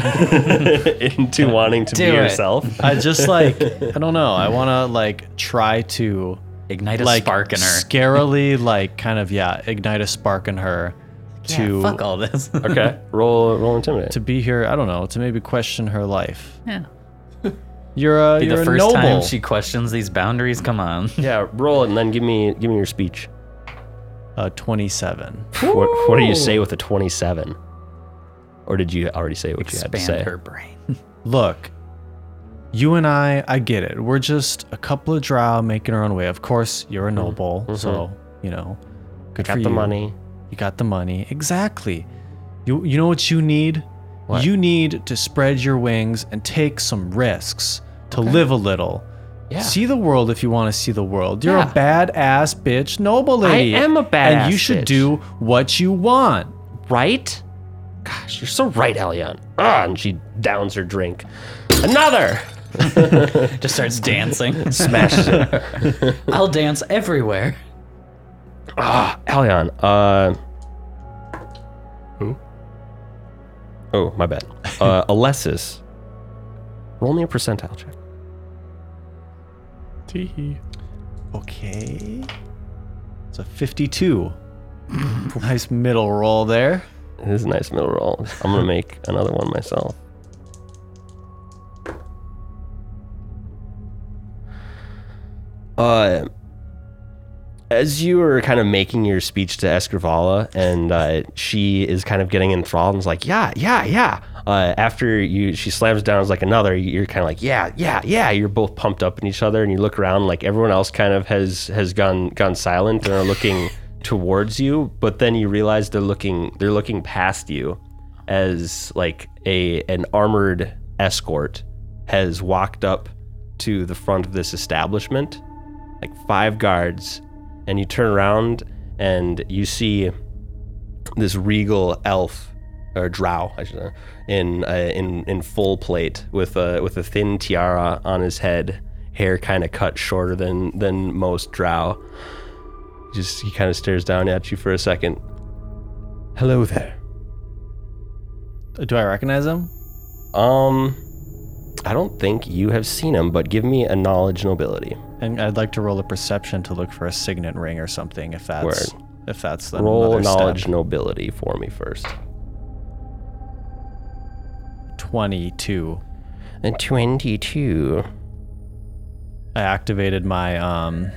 Into wanting to
Do
be
it.
yourself.
I just like. I don't know. I want to like try to
Ignite a
like
spark in her.
scarily like kind of yeah ignite a spark in her
Yeah,
to
fuck all this.
Okay, roll roll intimidate.
to be here. I don't know to maybe question her life.
yeah.
You're a
Be
you're
the
a
first
noble.
time she questions these boundaries. Come on.
yeah, roll it and then give me give me your speech.
uh, 27.
What, what do you say with a twenty-seven? Or did you already say what you had to say?
Expand her brain.
Look, you and I, I get it. We're just a couple of drow making our own way. Of course, you're a noble, so you know. Good
Got
for
the
you.
money.
You got the money. Exactly. You you know what you need?
What?
You need to spread your wings and take some risks to live a little.
Yeah.
See the world if you want to see the world. You're
Yeah.
a badass bitch, noble
I
lady.
am a
And
badass
you should
bitch.
do what you want.
right? Gosh, you're so right, Elion. Ah, and she downs her drink. Another
Just starts dancing.
smash.
I'll dance everywhere.
ah, Elion. Uh,
Who?
oh, my bad. Uh, Alessis. Roll me a percentile check.
Teehee.
Okay. It's a 52. nice middle roll there.
It is a nice middle roll. I'm gonna make another one myself. Uh, as you are kind of making your speech to Escrivala, and uh, she is kind of getting enthralled and is like, "Yeah, yeah, yeah." Uh, after you, she slams down is like another. You're kind of like, "Yeah, yeah, yeah." You're both pumped up in each other, and you look around like everyone else kind of has has gone gone silent and are looking towards you. But then you realize they're looking they're looking past you as like a an armored escort has walked up to the front of this establishment like five guards, and you turn around and you see this regal elf or drow, I should know, in uh, in in full plate with a with a thin tiara on his head, hair kind of cut shorter than than most drow. Just he kind of stares down at you for a second. Hello there.
Do I recognize him?
Um, I don't think you have seen him, but give me a knowledge nobility.
And I'd like to roll a perception to look for a signet ring or something if that's
Word.
if that's the
Roll
another
knowledge
step.
nobility for me first.
22.
A twenty-two.
I activated my um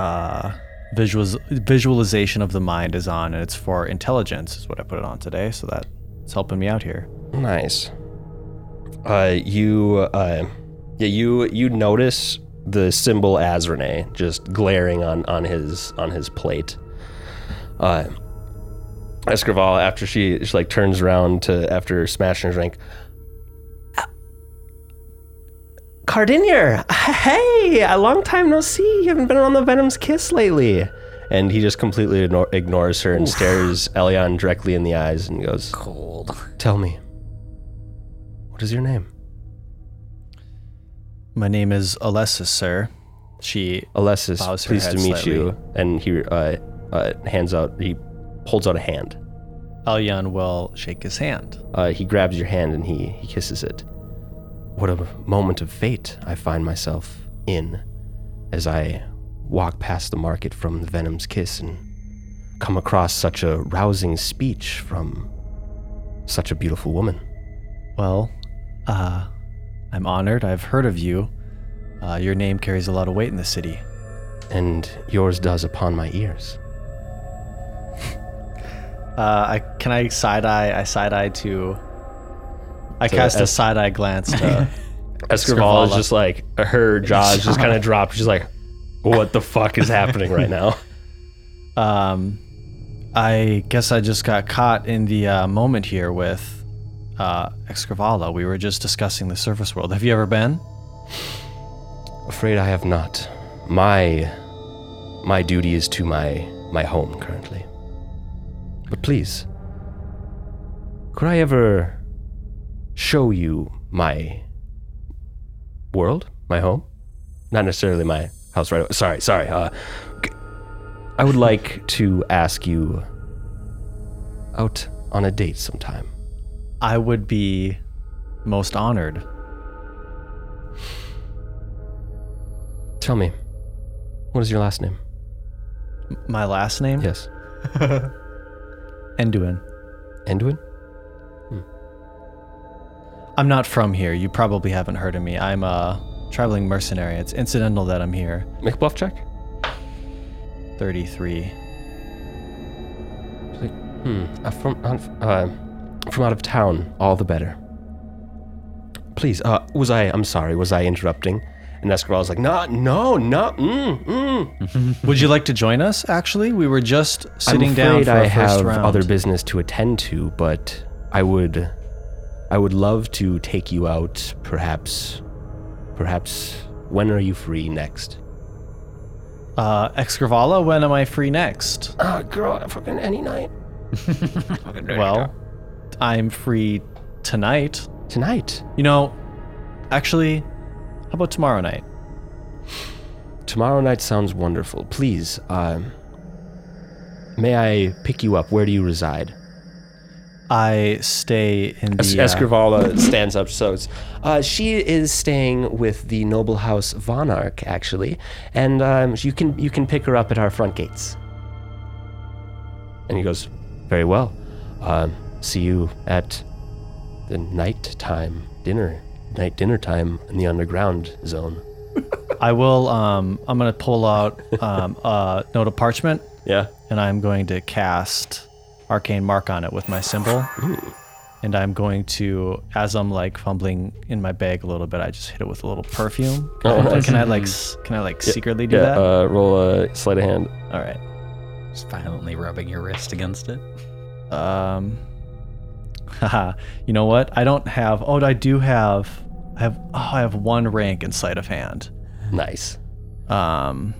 uh visuals visualization of the mind is on and it's for intelligence is what I put it on today, so that it's helping me out here.
Nice. Uh, you, uh, yeah, you you notice the symbol Azrene just glaring on on his on his plate. Uh, Escrival, after she, she like turns around to after smashing her drink. "Uh, Cardinier, hey, a long time no see. You haven't been on the Venom's kiss lately. And he just completely ignore, ignores her and stares Elion directly in the eyes and goes,
Cold.
Tell me, What is your name?
My name is Alessis, sir. She
Alessis,
Bows her
pleased to
head
meet
slightly.
you. And he uh, uh, hands out, he holds out a hand.
Elyon will shake his hand.
Uh, he grabs your hand and he, he kisses it. What a moment of fate I find myself in as I walk past the market from the Venom's Kiss and come across such a rousing speech from such a beautiful woman.
Well, uh, I'm honored. I've heard of you. Uh, your name carries a lot of weight in the city.
And yours does upon my ears.
Uh, I can I side eye. I side eye to. I
To
cast a
Es-
side eye glance to.
Escrival is
Scrivala.
just like her jaw is just kind of dropped. She's like, "What the fuck is happening right now?"
um, I guess I just got caught in the uh, moment here with uh, Excravala. We were just discussing the surface world. Have you ever been?
Afraid I have not. My my duty is to my my home currently. But please, could I ever show you my world, my home? Not necessarily my house right away. Sorry, sorry. Uh, g- I would like to ask you out on a date sometime.
I would be most honored.
Tell me, what is your last name?
My last name?
Yes.
Enduin.
Enduin?
I'm not from here. You probably haven't heard of me. I'm a traveling mercenary. It's incidental that I'm here.
Make a bluff check.
33.
Like, hmm, uh, from, uh, uh, from out of town, all the better. Please, uh, was I, I'm sorry, was I interrupting? And Escaral's like, no, no, no, mm, mm.
Would you like to join us, actually? We were just sitting
I'm
down
afraid
for
I
our first
have
round.
other business to attend to, but I would, I would love to take you out, perhaps, perhaps, when are you free next?
uh, Excravala, when am I free next?
Ah, girl, fucking any night.
Well, I'm free tonight.
Tonight.
You know, actually, how about tomorrow night?
Tomorrow night sounds wonderful. Please, um, may I pick you up? Where do you reside?
I stay in the. uh,
Escrivala stands up. So it's, uh, she is staying with the noble house Vonarch, actually, and um, you can you can pick her up at our front gates. And he goes, very well. Um, see you at the night time dinner, night dinner time in the underground zone.
I will. Um, I'm gonna pull out um, a note of parchment,
Yeah.
and I'm going to cast arcane mark on it with my symbol. And I'm going to, as I'm like fumbling in my bag a little bit, I just hit it with a little perfume.
Oh,
Can I-
nice.
Can I like, s- can I like secretly do that?
Uh, roll a sleight of hand.
All right.
Just violently rubbing your wrist against it.
Um, haha. You know what? I don't have. Oh, I do have. I have. Oh, I have one rank in sleight of hand.
Nice.
Um,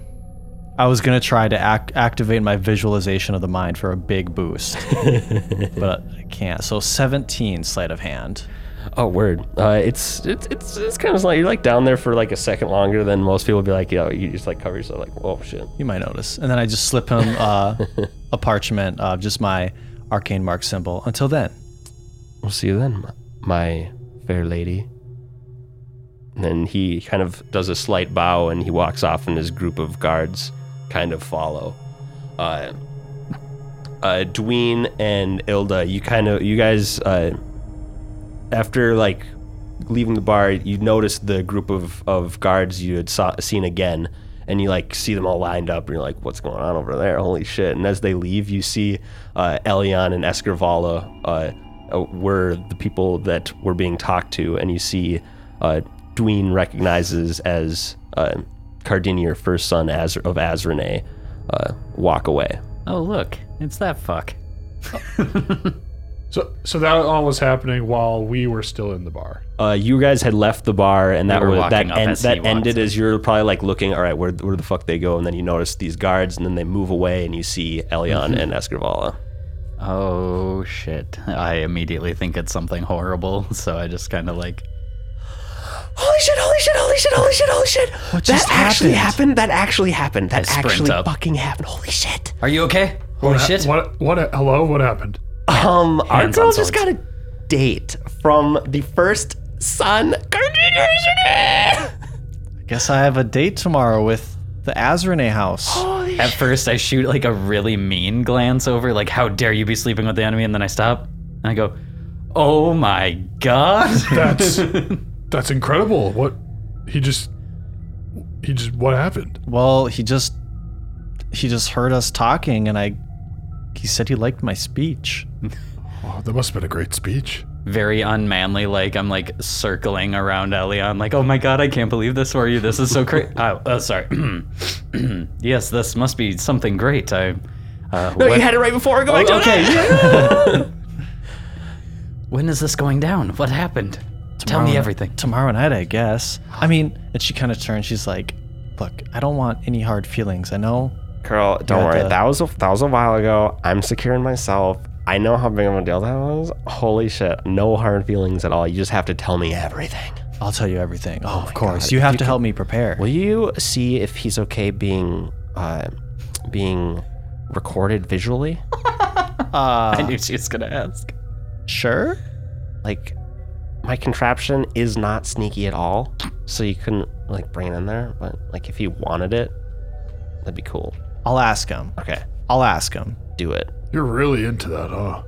I was gonna try to act, activate my visualization of the mind for a big boost, but I can't. So 17 sleight of hand.
Oh, word. Uh, it's it's it's it's kind of like you're like down there for like a second longer than most people would be like, you know, you just like cover yourself like, oh shit.
You might notice. And then I just slip him uh, a parchment of just my arcane mark symbol. Until then,
We'll see you then, m- my fair lady. And then he kind of does a slight bow and he walks off, and his group of guards kind of follow. Uh, uh, Dween and Ilda, you kind of, you guys, uh, after like leaving the bar, you notice the group of, of guards you had saw, seen again, and you like see them all lined up, and you're like, what's going on over there? Holy shit. And as they leave, you see uh, Elion and Escarvala uh, uh, were the people that were being talked to, and you see uh, Dween recognizes as uh, Cardini, your first son Az- of Azrene, uh, walk away.
Oh, look, it's that fuck.
So, so that all was happening while we were still in the bar.
Oh,
Uh, you guys had left the bar, and that
were
was that,
walking up
en-
as he
that
walked
ended
in.
as you're probably like looking, all right, where, where
Mm-hmm.
the fuck they go, and then you notice these guards, and then they move away, and you see Elion and Escrivala.
Oh shit. I immediately think it's something horrible, so I just kind of like
Holy shit, holy shit, holy shit, holy shit, holy shit. What that
just
actually happened? That actually happened. That
sprint
actually
up.
fucking happened. Holy shit.
Are you okay? Holy
What, ha-
shit.
What, what? Hello. What happened?
Um, our
Hands
girl
on
just got
swords.
a date from the first son.
Uh,
I guess I have a date tomorrow with the Azrene house.
Holy
At first I shoot like a really mean glance over like how dare you be sleeping with the enemy and then I stop and I go, "Oh my god."
That's that's incredible. What? He just he just what happened?
Well, he just he just heard us talking and I he said he liked my speech.
Oh, that must have been a great speech.
Very unmanly like I'm like circling around Elion like, "Oh my god, I can't believe this for you. This is so great." oh, uh, sorry. yes, this must be something great. I uh,
No,
what- Oh,
you had it right before. Go back to
okay.
it.
When is this going down? What happened? Tell me
Tomorrow-
everything.
Tomorrow night, I guess. I mean, and she kind of turned. She's like, "Look, I don't want any hard feelings. I know
Girl, don't
Got
worry.
the-
That was a, that was a while ago. I'm secure in myself. I know how big of a deal that was. Holy shit! No hard feelings at all. You just have to tell me everything.
I'll tell you everything. Oh, of course. You have to help me prepare.
Will you see if he's okay being uh, being recorded visually?
I knew she was gonna ask.
Sure.
Like, my contraption is not sneaky at all, so you couldn't like bring it in there. But like, if he wanted it, that'd be cool.
I'll ask him.
Okay,
I'll ask him.
do it.
You're really into that, huh?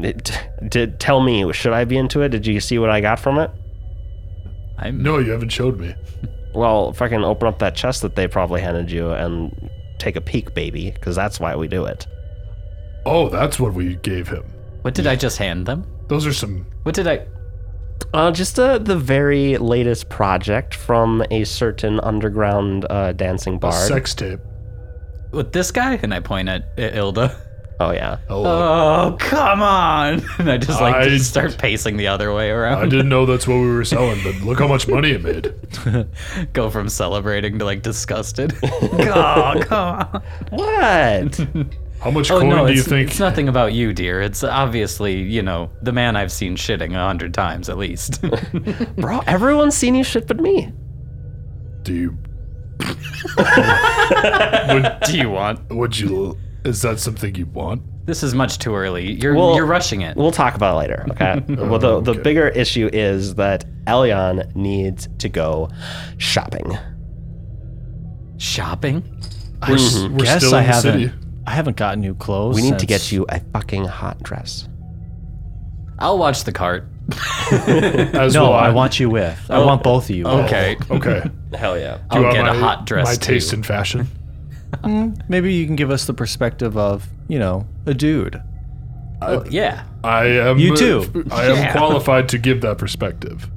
It, did tell me should I be into it? Did you see what I got from it?
I'm
No, you haven't showed me.
Well, fucking open up that chest that they probably handed you and take a peek, baby, because that's why we do it.
Oh, that's what we gave him.
What did I just hand them?
Those are some.
What did I?
Uh, just uh, the very latest project from a certain underground uh, dancing bar.
Sex tape.
With this guy? And I point at I- Ilda.
oh yeah.
Hello.
Oh come on! And I just like
I-
just start pacing the other way
I
around.
didn't know that's what we were selling, but look how much money it made.
Go from celebrating to like disgusted. oh come on!
What?
How much
Oh
coin
no,
do you
it's,
think?
it's nothing about you, dear. It's obviously you know the man I've seen shitting a hundred times at least.
Bro, everyone's seen you shit but me.
Do you?
Do you want?
Would you? Is that something you want?
This is much too early. You're
Well-
you're rushing it.
We'll talk about it later, okay? well, the, the
Okay.
bigger issue is that Elion needs to go shopping.
Shopping?
I s-
We're
guess
still
I
in the
haven't.
city.
I haven't gotten new clothes.
We need to
since-
get you a fucking hot dress.
I'll watch the cart.
As
No,
will
I want you with.
Oh,
I want both of you. with.
Okay.
Okay.
Hell yeah.
Do you
I'll
want
get
my,
a hot dress.
My
too.
taste in fashion.
Mm, Maybe you can give us the perspective of you know a dude.
Oh, yeah.
I am.
You too.
I am qualified to give that perspective.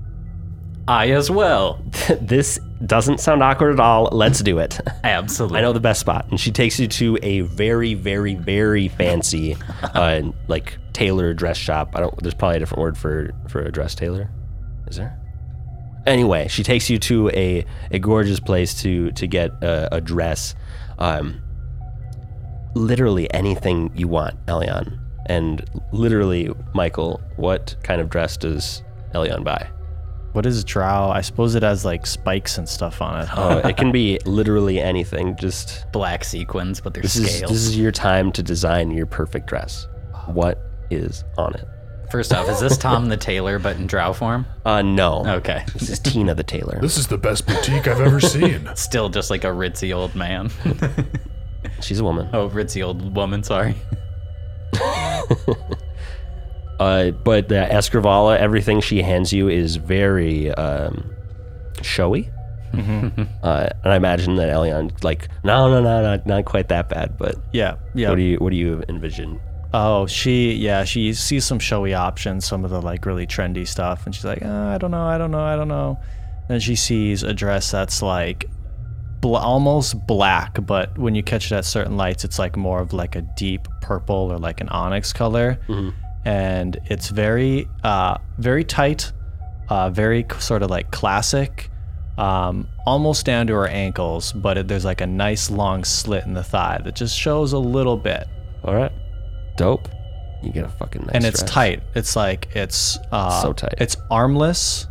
I as well.
this doesn't sound awkward at all. Let's do it.
Absolutely.
I know the best spot. And she takes you to a very, very, very fancy, uh, like tailor dress shop. I don't. There's probably a different word for for a dress tailor. Is there? Anyway, she takes you to a a gorgeous place to to get a, a dress. Um, literally anything you want, Elion. And literally, Michael, what kind of dress does Elion buy?
What is drow? I suppose it has like spikes and stuff on it. huh?
Oh, it can be literally anything. Just
black sequins, but they're
This is,
scales.
this is your time to design your perfect dress. What is on it?
First off, is this Tom the tailor, but in drow form?
Uh, no.
Okay.
This is Tina the tailor.
This is the best boutique I've ever seen.
Still just like a ritzy old man.
She's a woman.
oh, ritzy old woman. Sorry.
Oh.
Uh, but the Escrivala, everything she hands you is very um, showy.
Mm-hmm.
uh, and I imagine that Elion, like, no, no, no, no, not quite that bad. But
Yeah. Yeah.
what do you what do you envision?
Oh, she yeah, she sees some showy options, some of the like really trendy stuff, and she's like, uh, I don't know, I don't know, I don't know. Then she sees a dress that's like bl- almost black, but when you catch it at certain lights, it's like more of like a deep purple or like an onyx color, and it's very uh, very tight, uh, very c- sort of like classic. Um, almost down to her ankles, but it, there's like a nice long slit in the thigh that just shows a little bit.
All right. Dope. You get a fucking nice
and it's
rack.
tight. It's like it's uh,
So tight.
It's armless,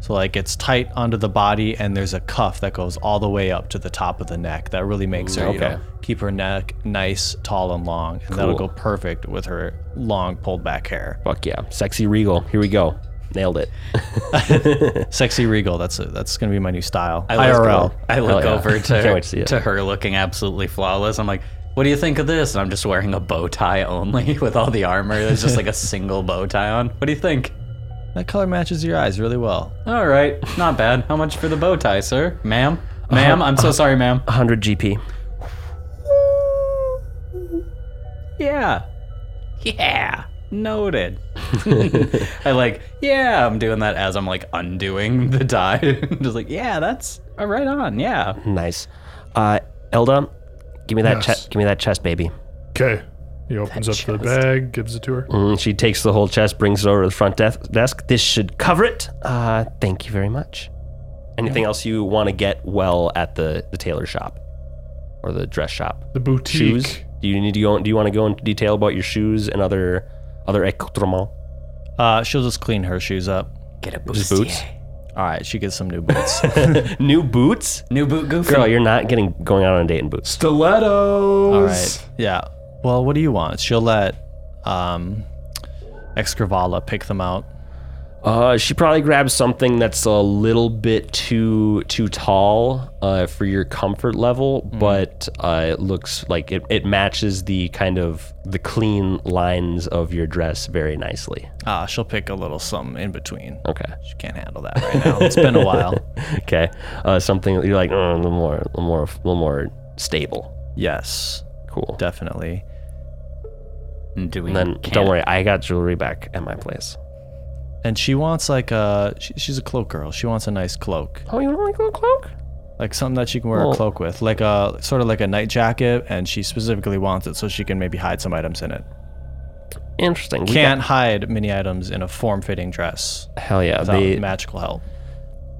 so like it's tight onto the body, and there's a cuff that goes all the way up to the top of the neck. That really makes her, you
okay.
know, keep her neck nice, tall, and long, and that'll
Cool.
go perfect with her long pulled back hair.
Fuck yeah. Sexy Regal. Here we go. Nailed it.
Sexy regal. That's a, that's gonna be my new style.
I look,
IRL.
I look
Hell yeah.
over to
Can't
her,
wait to see
to,
it.
her looking absolutely flawless. I'm like, what do you think of this? And I'm just wearing a bow tie only with all the armor. There's just like a single bow tie on. What do you think?
That color matches your eyes really well.
All right, not bad. How much for the bow tie, sir? Ma'am?
Uh-huh.
Ma'am? I'm so sorry, ma'am.
100 GP.
Yeah. Yeah. Noted. I like, yeah, I'm doing that as I'm like undoing the tie. just like, yeah, that's uh, right on. Yeah.
Nice. Uh, Elda, give me that
Yes.
chest. Give me that chest, baby.
Okay. He opens up the bag, gives it to her.
Mm, she takes the whole chest, brings it over to the front desk. desk. This should cover it. Uh, thank you very much. Anything else you want to get well at the, the tailor shop or the dress shop?
The boutique.
Shoes? Do you need to go? Do you want to go into detail about your shoes and other other accoutrements?
Uh, she'll just clean her shoes up.
Get a
Just
boost.
boots?
All right, she gets some new boots.
New boots?
New boot goofy.
Girl, you're not getting going out on a date in boots.
Stilettos.
All right. Yeah. Well, what do you want? She'll let um, Excravala pick them out.
Uh, she probably grabs something that's a little bit too too tall uh, for your comfort level, but uh, it looks like it, it matches the kind of the clean lines of your dress very nicely.
Ah, she'll pick a little something in between.
Okay.
She can't handle that right now. It's been a while.
Okay. Uh, something that you're like "Mm, a little more, a little more, a little more stable.
Yes,
Cool.
definitely.
Doing
And then
can't-
don't worry, I got jewelry back at my place.
And she wants like a. She, she's a cloak girl. She wants a nice cloak,
Oh, you don't like a little cloak?
like something that she can wear
Well-
a cloak with, like a sort of like a night jacket. And she specifically wants it so she can maybe hide some items in it.
Interesting. We
Can't hide many items in a form-fitting dress
got- hell yeah.
without
They,
magical help.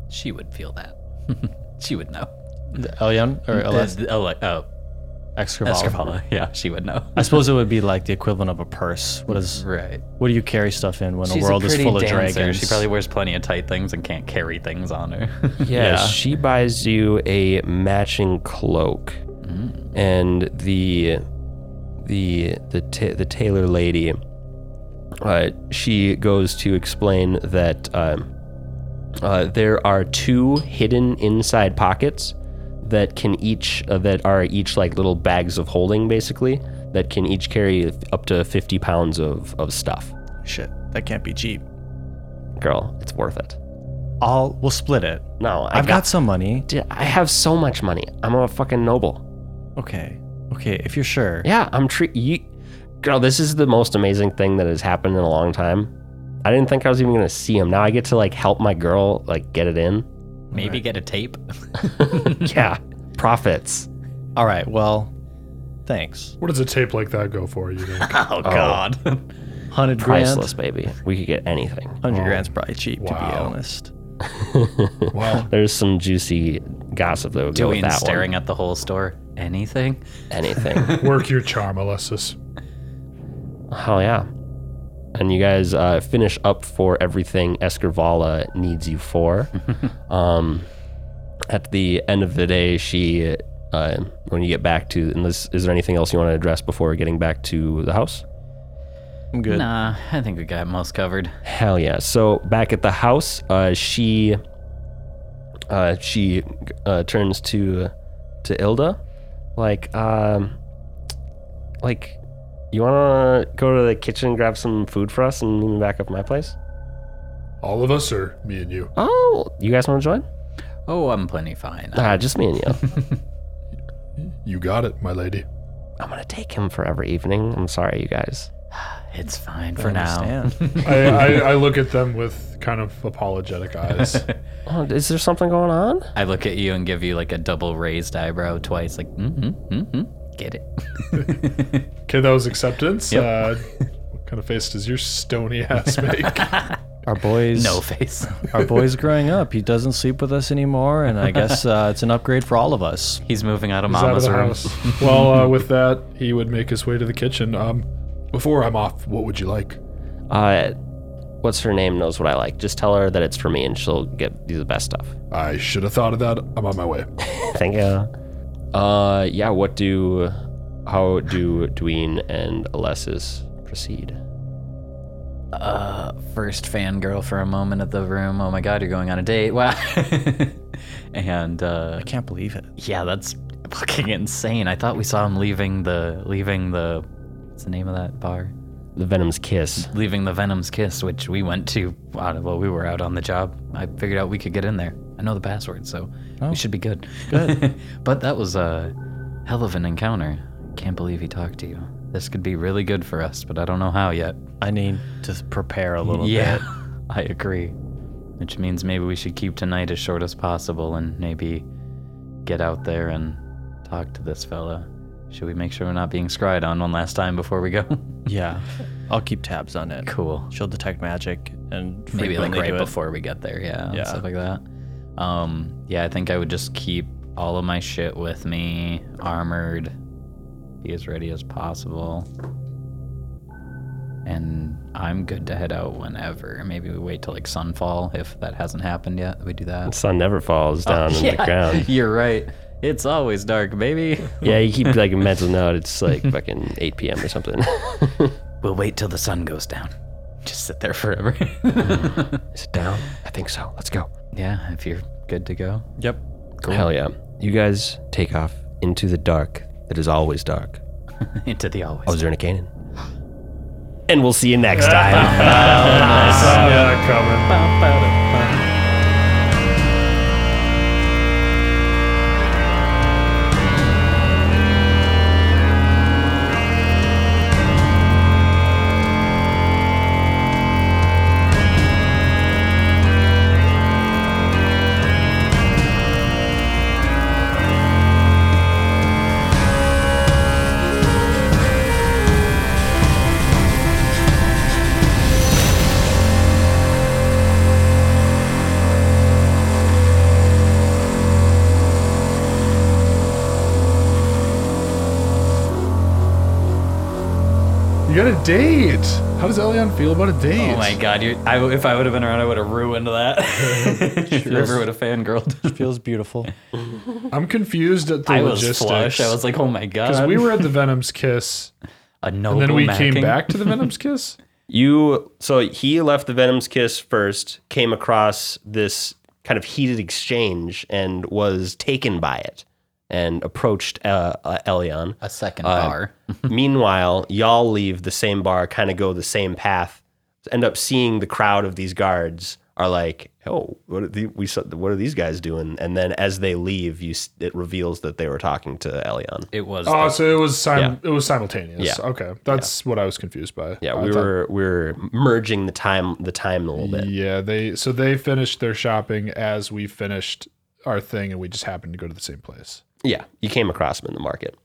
She would feel that. she would know.
Elian or Elas-
The- the- oh, like, oh,
Excravala.
Escarpala. Yeah, she would know.
I suppose it would be like the equivalent of a purse. What is
Right.
what do you carry stuff in when
She's
the world
a
is
pretty
full of
dancer.
dragons?
She probably wears plenty of tight things and can't carry things on her.
Yeah, she buys you a matching cloak,
Mm.
and the the the ta- the tailor lady. Uh, she goes to explain that um, uh, there are two hidden inside pockets that can each uh, that are each like little bags of holding, basically that can each carry up to fifty pounds of of stuff.
Shit, that can't be cheap.
Girl, it's worth it.
I'll we'll split it.
No, I
I've got, some money.
Dude, I have so much money. I'm a fucking noble.
Okay, okay, if you're sure.
Yeah, I'm tre You, girl, this is the most amazing thing that has happened in a long time. I didn't think I was even gonna see him. Now I get to like help my girl like get it in.
Maybe get a tape.
Yeah, profits.
All right, well, thanks.
What does a tape like that go for? You think?
Oh, God.
Hundred
Priceless,
grand.
baby. We could get anything.
Oh.
Hundred grand's probably cheap to be honest.
wow.
There's some juicy gossip that would go with
Doing
that
staring
one.
at the whole store. Anything?
Anything.
Work your charm, Alessis.
Hell yeah. And you guys uh, finish up for everything Escarvala needs you for. um, at the end of the day, she, uh, when you get back to, and this, is there anything else you want to address before getting back to the house?
I'm good.
Nah, I think we got most covered.
Hell yeah! So back at the house, uh, she uh, she uh, turns to to Ilda, like um, like you want to go to the kitchen and grab some food for us and meet me back up at my place.
All of us, or me and you?
Oh, you guys want to join?
Oh, I'm plenty fine.
Ah, just me and you.
You got it, my lady.
I'm gonna take him for every evening. I'm sorry, you guys.
It's fine for
I
now.
understand.
I, I, I look at them with kind of apologetic eyes.
Oh, is there something going on?
I look at you and give you like a double raised eyebrow twice, like, mm hmm, mm hmm. Get it.
Okay, that was acceptance. Uh, what kind of face does your stony ass make?
our boys
No face.
our boy's growing up. He doesn't sleep with us anymore, and I guess uh, it's an upgrade for all of us.
He's moving out of
He's out of
mama's
the
room.
house. well, uh, with that, he would make his way to the kitchen. Um, Before I'm off, what would you like?
Uh, what's her name knows what I like. Just tell her that it's for me, and she'll get you the best stuff.
I should have thought of that. I'm on my way.
Thank you. Uh, yeah. What do, how do Dween and Alessis proceed?
Uh, first fangirl for a moment of the room. Oh my god, you're going on a date. Wow. and uh,
I can't believe it.
yeah, that's fucking insane. I thought we saw him leaving the leaving the what's the name of that bar?
The Venom's kiss.
Leaving the Venom's Kiss, which we went to out of well, we were out on the job. I figured out we could get in there. I know the password, so
Oh.
we should be good. Good. but that was a hell of an encounter. Can't believe he talked to you. This could be really good for us, but I don't know how yet.
I need to prepare a little
yeah,
bit.
I agree. Which means maybe we should keep tonight as short as possible and maybe get out there and talk to this fella. Should we make sure we're not being scried on one last time before we go?
Yeah. I'll keep tabs on it.
cool.
She'll detect magic and
Maybe like
frequently
right
do it.
before we get there, yeah,
Yeah.
and stuff like that. Um, yeah, I think I would just keep all of my shit with me, armored, be as ready as possible, and I'm good to head out whenever. Maybe we wait till like sunfall if that hasn't happened yet. We do that.
The sun never falls down on the
Oh, Yeah,
ground.
You're right. It's always dark, baby.
Yeah, you keep like a mental note. It's like fucking 8 p.m. or something.
We'll wait till the sun goes down. Just sit there forever.
Is it down? I think so. Let's go.
yeah, if you're good to go.
Yep.
Hell yeah. You guys take off into the dark that is always dark. Oh,
Into the always.
I was a Canaan. And we'll see you next time.
You got a date. How does Elion feel about a date?
Oh my god, you I, if I would have been around, I would have ruined that. River would have fangirled.
Feels beautiful.
I'm confused at the
I was
logistics.
flushed. I was like, oh my god.
because we were at the Venom's Kiss,
a
and
noble
then we came
macking.
back to the Venom's Kiss.
You so he left the Venom's Kiss first, came across this kind of heated exchange, and was taken by it, and approached uh, uh, Elion.
A second
Uh,
bar.
Meanwhile, y'all leave the same bar, kind of go the same path, end up seeing the crowd of these guards are like, "Oh, what are the, we saw, what are these guys doing?" And then as they leave, you s- it reveals that they were talking to Elion.
It was.
Oh, so it was sim-
Yeah.
it was simultaneous.
Yeah.
Okay, that's what I was confused by.
Yeah,
I
we
thought-
were we were merging the time the time a little bit.
Yeah, they so they finished their shopping as we finished our thing, and we just happened to go to the same place.
Yeah, you came across him in the market.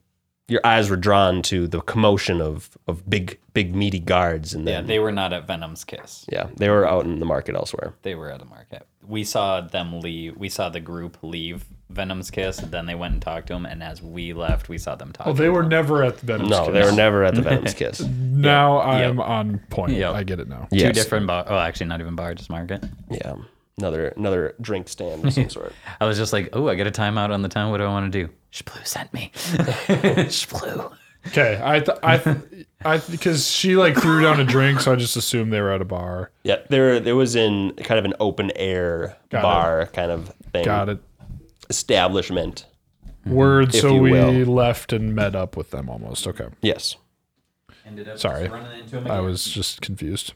Your eyes were drawn to the commotion of of big big meaty guards, and
yeah,
then
they were not at Venom's Kiss.
yeah, they were out in the market elsewhere.
They were at the market. We saw them leave. We saw the group leave Venom's Kiss. Then they went and talked to him. And as we left, we saw them talk.
Oh, they were never at the Venom's
No,
Kiss.
they were never at the Venom's Kiss.
Now I'm on point.
Yep.
I get it now.
two
Yes.
different bar. Oh, actually, not even bar, just market.
Yeah, another another drink stand of some sort.
I was just like, oh, I got a timeout on the town. What do I want to do? Shplu sent me. Shplu.
Okay, I th- I th- I because she like threw down a drink, so I just assumed they were at a bar.
Yeah, there there was in kind of an open air
Got
bar kind of thing
Got it.
establishment.
Word. so
you
we
will.
left and met up with them almost. Okay,
Yes.
Ended up
Sorry.
running into him
I was just confused.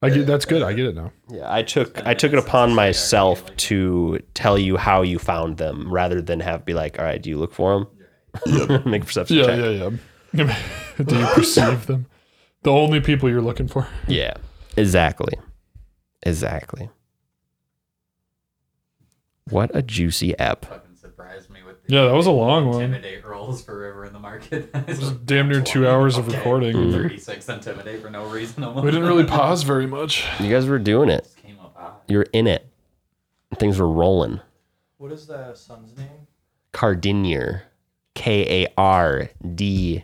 I get that's good. I get it now.
Yeah, I took I took it upon myself to tell you how you found them, rather than have be like, all right, do you look for them? Make a perception
Yeah,
check.
yeah, yeah. Do you perceive them? The only people you're looking for.
Yeah. Exactly. Exactly. What a juicy ep.
fucking surprised me with the
Yeah, that was a long one.
intimidate rolls for River in the market.
Damn near two hours of
Mm-hmm.
recording.
Thirty-six intimidate for no reason. Almost.
We didn't really pause very much.
You guys were doing it.
came up high.
You're in it. Things were rolling.
What is the son's name?
Cardinier. K A R D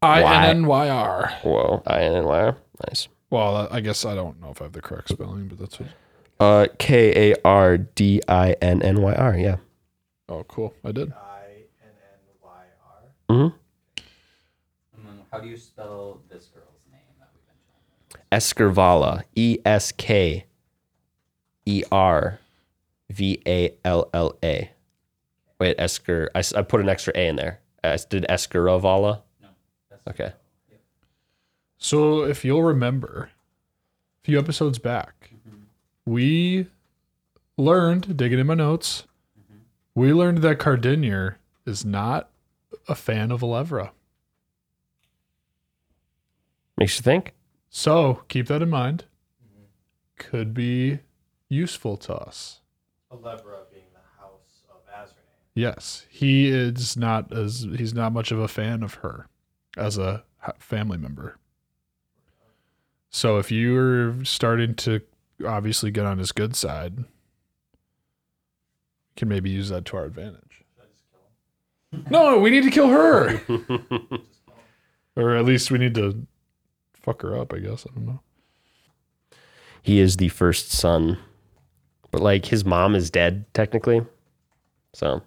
I N N Y R.
Whoa, I N N Y R. Nice.
Well, I guess I don't know if I have the correct spelling, but that's what.
Uh, K A R D I N N Y R. Yeah.
Oh, cool. I did.
Mm-hmm.
How do you spell this girl's name?
Eskervala. E S K E R V A L L A. Wait, Esker. I, s- I put an extra A in there. Uh, did Eskerovala? No. Okay.
So, if you'll remember, a few episodes back, we learned, digging in my notes, we learned that Cardinier is not a fan of Elevra.
Makes you think.
So, keep that in mind. Could be useful to us.
Alebra being the house of Azranane.
Yes, he is not as he's not much of a fan of her as a ha- family member. So if you're starting to obviously get on his good side, you can maybe use that to our advantage. No, we need to kill her. or at least we need to fuck her up, I guess. I don't know.
He is the first son. But like his mom is dead technically. So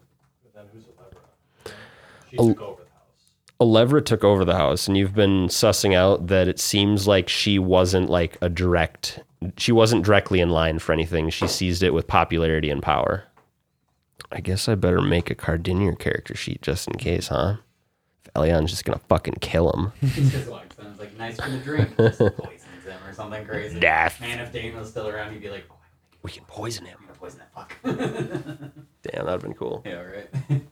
She
Oh.
took over the house.
Elevra took over the house, and you've been sussing out that it seems like she wasn't like a direct, she wasn't directly in line for anything. She seized it with popularity and power. I guess I better make a Cardinier character sheet just in case, huh? If Elion's just gonna fucking kill him.
It's just like sounds like nice for the drink. Just poisons him or something crazy.
Death.
Man, if Dane was still around, he'd be like, oh,
We can poison him.
I'm gonna poison that fuck.
Damn, that'd have been cool.
yeah, right.